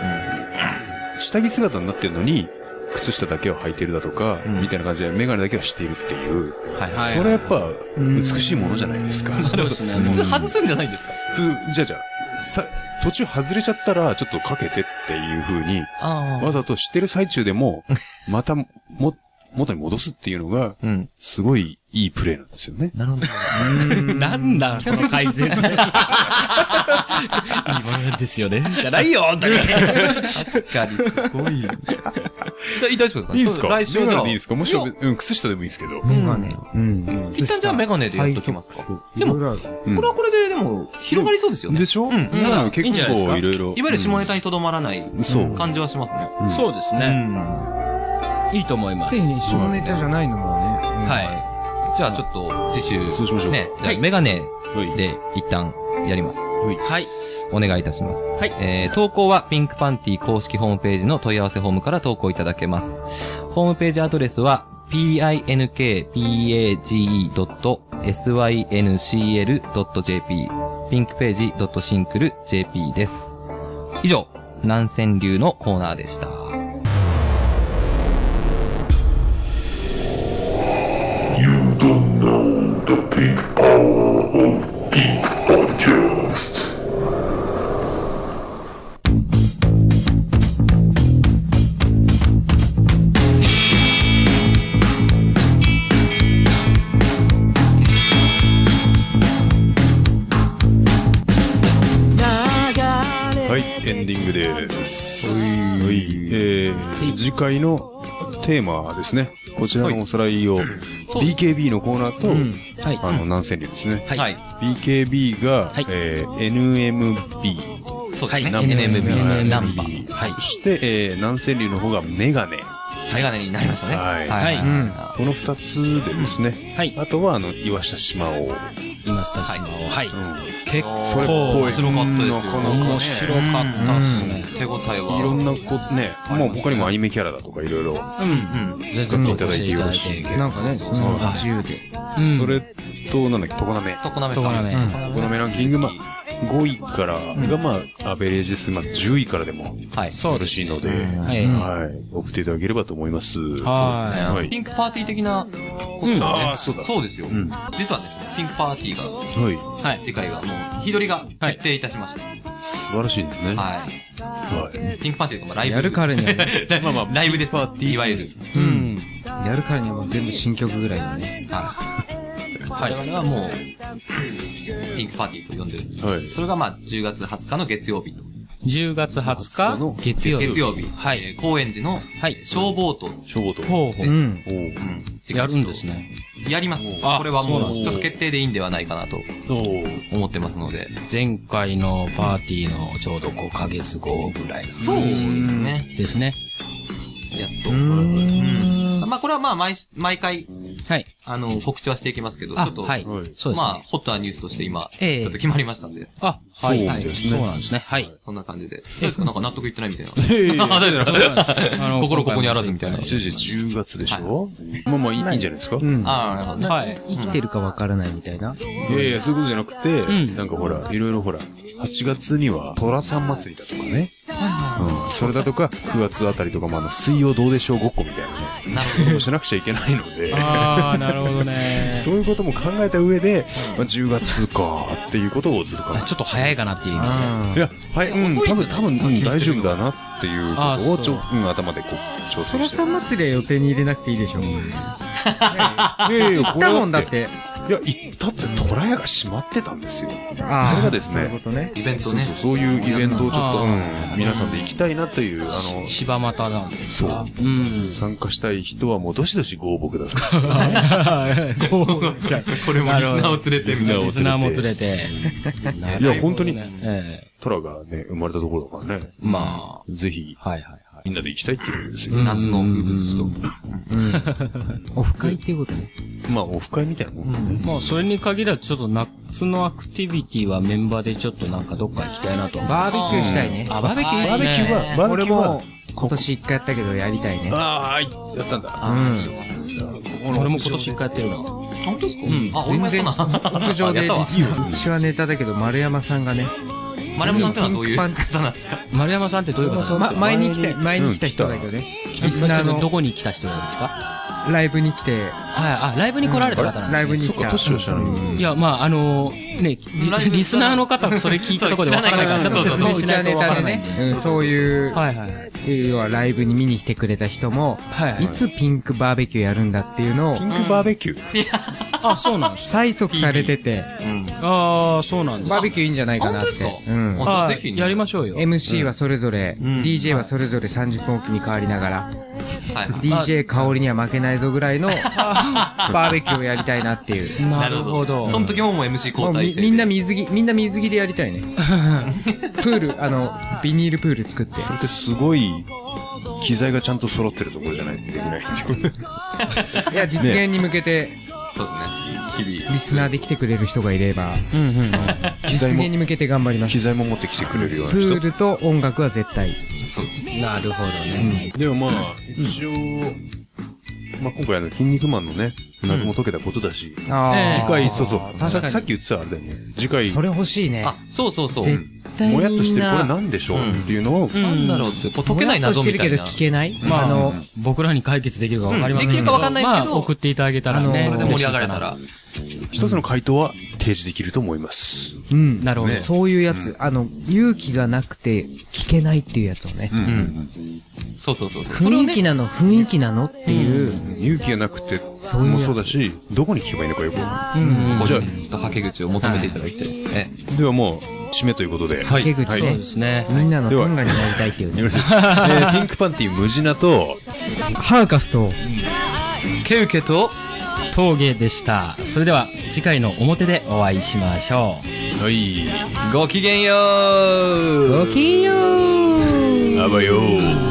[SPEAKER 4] 下着姿になってるのに、靴下だけは履いてるだとか、みたいな感じでメガネだけはしているっていう。
[SPEAKER 6] はい
[SPEAKER 4] そ
[SPEAKER 6] はい。
[SPEAKER 4] れはやっぱ、美しいものじゃないですか。
[SPEAKER 6] そうですね。普通外すんじゃないんですか
[SPEAKER 4] 普通じゃあじゃあ、さ、途中外れちゃったら、ちょっとかけてっていう風に、
[SPEAKER 6] あ
[SPEAKER 4] わざとしてる最中で [laughs] も、また、も、元に戻すっていうのが、
[SPEAKER 6] あ。 [laughs] うん。
[SPEAKER 4] すごいいいプレイなんですよね。
[SPEAKER 6] なるほど。
[SPEAKER 8] なんだ、この解説。今ですよね。じゃないよ、本当に。
[SPEAKER 6] 確かに、すごい。じゃあ、大丈夫ですか
[SPEAKER 4] いいですか
[SPEAKER 6] 来週はじゃ
[SPEAKER 4] メガ
[SPEAKER 6] あ。
[SPEAKER 4] ネでいいですかもしろ、
[SPEAKER 6] いや
[SPEAKER 4] うん、靴下でもいいですけど。
[SPEAKER 5] メガネ。うん。
[SPEAKER 6] 一旦じゃあメガネでやっときますか。でも、
[SPEAKER 4] うん
[SPEAKER 6] これはこれで、でも、広がりそうですよね。
[SPEAKER 4] でしょうん。
[SPEAKER 6] だから
[SPEAKER 4] うん結
[SPEAKER 8] いいんじゃないです
[SPEAKER 4] 構
[SPEAKER 8] か
[SPEAKER 4] いろいろ。
[SPEAKER 6] いわゆる下ネタにとどまらない
[SPEAKER 4] そう
[SPEAKER 6] 感じはしますね。
[SPEAKER 8] そうですね。いいと思います。
[SPEAKER 5] に下ネタじゃないのもね。
[SPEAKER 6] はい。じゃあちょっと、次週。
[SPEAKER 4] そうしましょう
[SPEAKER 6] ね。じゃあ
[SPEAKER 8] はい
[SPEAKER 6] メガネ
[SPEAKER 4] はい
[SPEAKER 6] で一旦やります。
[SPEAKER 8] はい。
[SPEAKER 6] お願いいたします。
[SPEAKER 8] はい
[SPEAKER 6] えー、投稿はピンクパンティ公式ホームページの問い合わせフォームから投稿いただけます。ホームページアドレスは、pinkpage.syncl.jp、ピンクページ .syncl.jp です。以上、南川流のコーナーでした。
[SPEAKER 11] You don't know the peak power of Peak Podcast.
[SPEAKER 4] はい、エンディングです。はい。えー、次回のテーマですね。こちらのおさらいを、BKB のコーナーと、
[SPEAKER 8] はい。
[SPEAKER 4] あの、南千流ですね。
[SPEAKER 6] はい。
[SPEAKER 4] BKB が
[SPEAKER 8] はい、
[SPEAKER 4] えー NMB。
[SPEAKER 6] そうですね。
[SPEAKER 4] ナンバーですね
[SPEAKER 6] NMB ナンバ
[SPEAKER 4] はい
[SPEAKER 6] ー。はい
[SPEAKER 4] そ。して、えー、南千流の方がメガネ。
[SPEAKER 6] メガネになりましたね。
[SPEAKER 4] はい
[SPEAKER 6] はい。
[SPEAKER 8] はい
[SPEAKER 6] うん
[SPEAKER 4] この二つでですね。
[SPEAKER 8] はい
[SPEAKER 4] あとは、あの、岩下島を。
[SPEAKER 8] 今スタジオの。はい。
[SPEAKER 4] うん。
[SPEAKER 8] 結
[SPEAKER 4] それっぽい
[SPEAKER 8] 構
[SPEAKER 6] 面白かったですよ。
[SPEAKER 4] なかなかね
[SPEAKER 8] 面白かったっすね。
[SPEAKER 6] 手応えは。
[SPEAKER 4] いろんなこ、ね、もう他にもアニメキャラだとかいろいろ。
[SPEAKER 6] うん。
[SPEAKER 8] 全然見ていただいてよろしい。
[SPEAKER 5] なんかね、その自由で。
[SPEAKER 4] それと、なんだっけ、トコナメ。
[SPEAKER 6] とこなめか。
[SPEAKER 8] とこなめうん
[SPEAKER 4] トコナメランキング、まあ、5位からが、まあ、アベレージです。まあ、10位からでも。
[SPEAKER 6] はい。
[SPEAKER 4] よろしいので、は
[SPEAKER 8] はい。
[SPEAKER 4] い。送っていただければと思います。
[SPEAKER 8] は
[SPEAKER 4] はい
[SPEAKER 6] ピンクパーティー的なことね。
[SPEAKER 4] あーそうだ
[SPEAKER 6] そうですよ。
[SPEAKER 4] ん
[SPEAKER 6] 実はですね、ピンクパーティー
[SPEAKER 4] い。は
[SPEAKER 6] が、
[SPEAKER 4] い。
[SPEAKER 8] い。はい。
[SPEAKER 6] 次回が、もう、日取りが決定いたしました。
[SPEAKER 4] 素晴らしいですね。
[SPEAKER 6] は
[SPEAKER 4] はい。
[SPEAKER 6] い。ピンクパーティーとかも [laughs] ライブ。
[SPEAKER 5] やるからにはね、
[SPEAKER 6] まあまあ、ライブです。
[SPEAKER 4] パーティー
[SPEAKER 6] いわゆる。
[SPEAKER 5] うん。やるからにはもう全部新曲ぐらいのね。
[SPEAKER 6] は我々はもう、ピンクパーティーと呼んでるんですけど
[SPEAKER 4] はい
[SPEAKER 6] それがまあ10月20日の月曜日と。
[SPEAKER 8] 10月20日
[SPEAKER 4] の
[SPEAKER 8] 月曜日。
[SPEAKER 6] 月曜日。はい。えー高円寺の、はい。消防と、
[SPEAKER 4] 消防と。
[SPEAKER 8] ほうほう。
[SPEAKER 5] うん。
[SPEAKER 4] お
[SPEAKER 6] うん。
[SPEAKER 10] やるんですね。
[SPEAKER 6] やります。
[SPEAKER 8] あ
[SPEAKER 6] これは
[SPEAKER 8] そうなん
[SPEAKER 6] も
[SPEAKER 8] で
[SPEAKER 6] う、
[SPEAKER 8] す
[SPEAKER 6] ちょっと決定でいいんではないかなと
[SPEAKER 4] お
[SPEAKER 6] 思ってますので。
[SPEAKER 10] 前回のパーティーのちょうど5ヶ月後ぐらい
[SPEAKER 6] そうですね。
[SPEAKER 10] ですね。
[SPEAKER 6] やっと。うん。まあこれはまあ毎し、毎回、
[SPEAKER 10] はい。
[SPEAKER 6] あの、告知はしていきますけど、ちょ
[SPEAKER 10] あ、
[SPEAKER 6] っと、
[SPEAKER 10] はい
[SPEAKER 4] はい。
[SPEAKER 10] そうです
[SPEAKER 6] まあ
[SPEAKER 10] ね。、
[SPEAKER 6] ホットなニュースとして今、
[SPEAKER 10] ええ
[SPEAKER 6] ちょっと決まりましたんで、
[SPEAKER 10] あ、はい。
[SPEAKER 4] そうですね
[SPEAKER 10] そうなんですね。はい。
[SPEAKER 6] そんな感じで。どうですかなんか納得いってないみたいな。 [laughs]
[SPEAKER 4] ー。
[SPEAKER 10] あの
[SPEAKER 6] 心ここにあらずみたいな。
[SPEAKER 4] 先生、10月でしょまあまあ、いいいいんじゃないですかい
[SPEAKER 5] うん。
[SPEAKER 6] ああ、なるほどね。
[SPEAKER 10] はい。
[SPEAKER 5] 生きてるかわからないみたいな。
[SPEAKER 4] やいや、そういうことじゃなくて、
[SPEAKER 10] ん
[SPEAKER 4] なんかほら、いろいろほら、8月には、寅さん祭りだとかね。うん。それだとか、9月あたりとかも、あの、水曜どうでしょうごっこみたいなね。 [laughs] こともしなくちゃいけないので。
[SPEAKER 8] ああ、なるほど [laughs] ね。
[SPEAKER 4] そういうことも考えた上で、まあ、10月かっていうことをずっと考え
[SPEAKER 10] あちょっと早いかなっていう意味で。
[SPEAKER 5] あ
[SPEAKER 4] て。いや、はい、うん、
[SPEAKER 6] 遅い
[SPEAKER 4] 多
[SPEAKER 6] ん
[SPEAKER 4] 分、
[SPEAKER 6] だね
[SPEAKER 4] 多分、うん大丈夫だなっていうこ
[SPEAKER 10] あ
[SPEAKER 4] と
[SPEAKER 10] そ
[SPEAKER 4] を
[SPEAKER 10] う
[SPEAKER 4] ちょ、うん、頭でこう、調
[SPEAKER 5] あ。ト
[SPEAKER 4] 整
[SPEAKER 5] ラ
[SPEAKER 4] して
[SPEAKER 5] さ。ん祭りは予定に入れなくていいでしょ。
[SPEAKER 4] いやいや
[SPEAKER 5] 行ったもんだっ。
[SPEAKER 4] これ
[SPEAKER 5] て。
[SPEAKER 4] いや、行ったって、トラヤが閉まってたんですよ。
[SPEAKER 5] ああ。
[SPEAKER 4] これがですね
[SPEAKER 5] そういうことね。
[SPEAKER 6] イベント
[SPEAKER 4] そう
[SPEAKER 6] ね。
[SPEAKER 4] そう、そういうイベントをちょっと、
[SPEAKER 10] あ
[SPEAKER 4] うん、皆さんで行きたいなという、あの、
[SPEAKER 10] 柴又なんです。
[SPEAKER 4] そう。
[SPEAKER 10] うん。
[SPEAKER 4] 参加したい人はもうどしどしご応募ください。
[SPEAKER 8] [laughs]
[SPEAKER 6] これもリスナーを連れて
[SPEAKER 4] リス
[SPEAKER 6] みた
[SPEAKER 4] ナー
[SPEAKER 6] いな
[SPEAKER 4] を
[SPEAKER 10] リスナーも連れて。
[SPEAKER 4] いや、本当に、
[SPEAKER 10] ええ。
[SPEAKER 4] トラがね、生まれたところだからね。
[SPEAKER 10] ま
[SPEAKER 4] ぜひ、
[SPEAKER 10] あ、はいはいはい。
[SPEAKER 4] みんなで行きたいっていうんですよ。
[SPEAKER 6] 夏の風物詩と。
[SPEAKER 5] オフ会っていうことね。
[SPEAKER 4] まあ、オフ会みたいなもんだね。
[SPEAKER 10] まあ、それに限らず、ちょっと夏のアクティビティはメンバーでちょっとなんかどっか行きたいなと。
[SPEAKER 5] バーベキューしたいね。
[SPEAKER 10] あ、バーベキューいいね
[SPEAKER 4] バーベキューは、バーベ
[SPEAKER 5] 俺
[SPEAKER 4] キューは、
[SPEAKER 5] も、今年一回やったけどやりたいね。
[SPEAKER 4] ああ、やったんだ。
[SPEAKER 5] うん。
[SPEAKER 10] 俺も今年一回やってるな。
[SPEAKER 6] 本当ですか
[SPEAKER 10] ん
[SPEAKER 6] あ、俺もやったな。
[SPEAKER 5] 屋上
[SPEAKER 6] あ
[SPEAKER 5] で
[SPEAKER 6] [laughs] やったわ
[SPEAKER 5] リスうちはネタだけど、丸山さんがね、
[SPEAKER 6] 丸山さんってのはどういう方なんですか
[SPEAKER 10] 丸山さんってどういう方
[SPEAKER 5] ま、前に来て、前に来た人
[SPEAKER 4] うん
[SPEAKER 5] だ
[SPEAKER 4] 来
[SPEAKER 5] けどね、リ
[SPEAKER 10] リ
[SPEAKER 5] ス
[SPEAKER 10] スナ
[SPEAKER 5] ナー
[SPEAKER 10] ーのど
[SPEAKER 5] の
[SPEAKER 10] こに来た人なんですか
[SPEAKER 5] ライブに来
[SPEAKER 10] は
[SPEAKER 5] て、
[SPEAKER 10] い、あ、ライブに来られた方なん
[SPEAKER 5] ラ
[SPEAKER 10] で
[SPEAKER 5] イブに
[SPEAKER 4] そっ
[SPEAKER 5] 来
[SPEAKER 4] か、
[SPEAKER 5] た。
[SPEAKER 4] 年を知らない。
[SPEAKER 10] す。いや、まあ、あのー、ね、
[SPEAKER 6] ライ
[SPEAKER 10] リ
[SPEAKER 6] ブ
[SPEAKER 10] リスナーの方もそれ聞いたところでわからないから、ち
[SPEAKER 6] そ
[SPEAKER 10] ょ
[SPEAKER 6] う
[SPEAKER 10] っと
[SPEAKER 6] そう
[SPEAKER 10] 説
[SPEAKER 5] そう、
[SPEAKER 10] 明
[SPEAKER 5] う
[SPEAKER 10] し
[SPEAKER 5] ち
[SPEAKER 10] な
[SPEAKER 5] は
[SPEAKER 10] いと
[SPEAKER 5] ネ
[SPEAKER 10] わか
[SPEAKER 5] タ
[SPEAKER 10] ら
[SPEAKER 5] で
[SPEAKER 10] ないん
[SPEAKER 5] ね
[SPEAKER 10] で。、
[SPEAKER 5] うんそういう、
[SPEAKER 10] はいはい。
[SPEAKER 5] 要はライブに見に来てくれた人も、
[SPEAKER 10] はいはい
[SPEAKER 5] いつピンクバーベキューやるんだっていうのを
[SPEAKER 4] ピ、ンクバーベキュー。
[SPEAKER 10] あ、そうなんです。
[SPEAKER 5] 催促されてて、
[SPEAKER 10] ああ、そうなんです。
[SPEAKER 5] バーベキューいいんじゃないかなっ
[SPEAKER 6] あ本当です
[SPEAKER 5] て。
[SPEAKER 6] か
[SPEAKER 5] うん。
[SPEAKER 6] あ
[SPEAKER 10] は
[SPEAKER 6] ぜひ
[SPEAKER 10] い、
[SPEAKER 6] ね
[SPEAKER 10] や
[SPEAKER 6] [laughs]
[SPEAKER 10] りましょうよ。
[SPEAKER 5] MC はそれぞれ、DJ はそれぞれ30分おきに変わりながら、
[SPEAKER 6] はいはい。
[SPEAKER 5] DJ 香りには負けないぞぐらいの、バーベキューをやりたいなっていう。
[SPEAKER 10] なるほど。
[SPEAKER 6] その時ももう MC
[SPEAKER 5] もう
[SPEAKER 6] 交代
[SPEAKER 5] み
[SPEAKER 6] 制。
[SPEAKER 5] みんな、水着、みんな水着でやりたいね。プール、あの、ビニールプール作って。
[SPEAKER 4] それってすごい、機材がちゃんと揃ってるところじゃないとできないっていう。
[SPEAKER 5] いや、実現に向けて、
[SPEAKER 6] そうですね。日々。
[SPEAKER 5] リスナーで来てくれる人がいれば、実現に向けて頑張りま
[SPEAKER 4] 機
[SPEAKER 5] す。
[SPEAKER 4] 材も持ってきてくれるような
[SPEAKER 5] プー
[SPEAKER 4] 人。
[SPEAKER 5] ルと音楽は絶対。
[SPEAKER 6] そうですね。
[SPEAKER 10] なるほどね。
[SPEAKER 4] でもまあ、一応、まあ今回あの、筋肉マンのね、謎も解けたことだし、
[SPEAKER 5] あ
[SPEAKER 10] ええ
[SPEAKER 4] 次回、そうそう、さ
[SPEAKER 5] 確かに
[SPEAKER 4] さっき言ってたあれだよね。次回、
[SPEAKER 5] それ欲しいね。
[SPEAKER 6] あ、そうそうそう。
[SPEAKER 5] 絶対みん
[SPEAKER 4] も
[SPEAKER 5] な。
[SPEAKER 4] やっとしてるこれなんでしょうっていうのを、
[SPEAKER 6] なんだろうって、こう解けない謎みたい
[SPEAKER 5] も
[SPEAKER 6] な。
[SPEAKER 5] やっとしてるけど聞けない
[SPEAKER 10] まあ、
[SPEAKER 5] あの、
[SPEAKER 10] 僕らに解決できるかわかりません
[SPEAKER 6] うんできるかわかんないですけど
[SPEAKER 10] まあ、送っていただけたらね。
[SPEAKER 5] あ
[SPEAKER 6] そ
[SPEAKER 5] の
[SPEAKER 6] れで盛り上がれたら。
[SPEAKER 4] 一つの回答は提示できると思います。
[SPEAKER 5] うん。
[SPEAKER 10] なるほど
[SPEAKER 5] そういうやつ。あの、勇気がなくて聞けないっていうやつをね。
[SPEAKER 6] そうそうそうそう。それを
[SPEAKER 5] 雰囲気
[SPEAKER 6] ね、
[SPEAKER 5] なの、雰囲気なのっていう。
[SPEAKER 4] 勇気がなくて、
[SPEAKER 5] そういうや
[SPEAKER 4] も
[SPEAKER 5] つ
[SPEAKER 4] そうだし、どこに聞けばいいのかよくわかんない。
[SPEAKER 6] こうちょっとはけ口を求めていただいて。え
[SPEAKER 4] ではもう、締めということで。
[SPEAKER 6] はい。
[SPEAKER 5] 手口
[SPEAKER 10] そう
[SPEAKER 5] ね
[SPEAKER 10] で。すね。
[SPEAKER 5] みんなのトンガになりたいっていうね。
[SPEAKER 4] よろしいですか。 [laughs] えーピンクパンティー、ムジナと、
[SPEAKER 5] ハーカスと、
[SPEAKER 6] けうけと、
[SPEAKER 10] 峠でした。それでは、次回の表でお会いしましょう。
[SPEAKER 4] はい、
[SPEAKER 6] ごきげんよう
[SPEAKER 5] ごきげんよう
[SPEAKER 4] あばよー。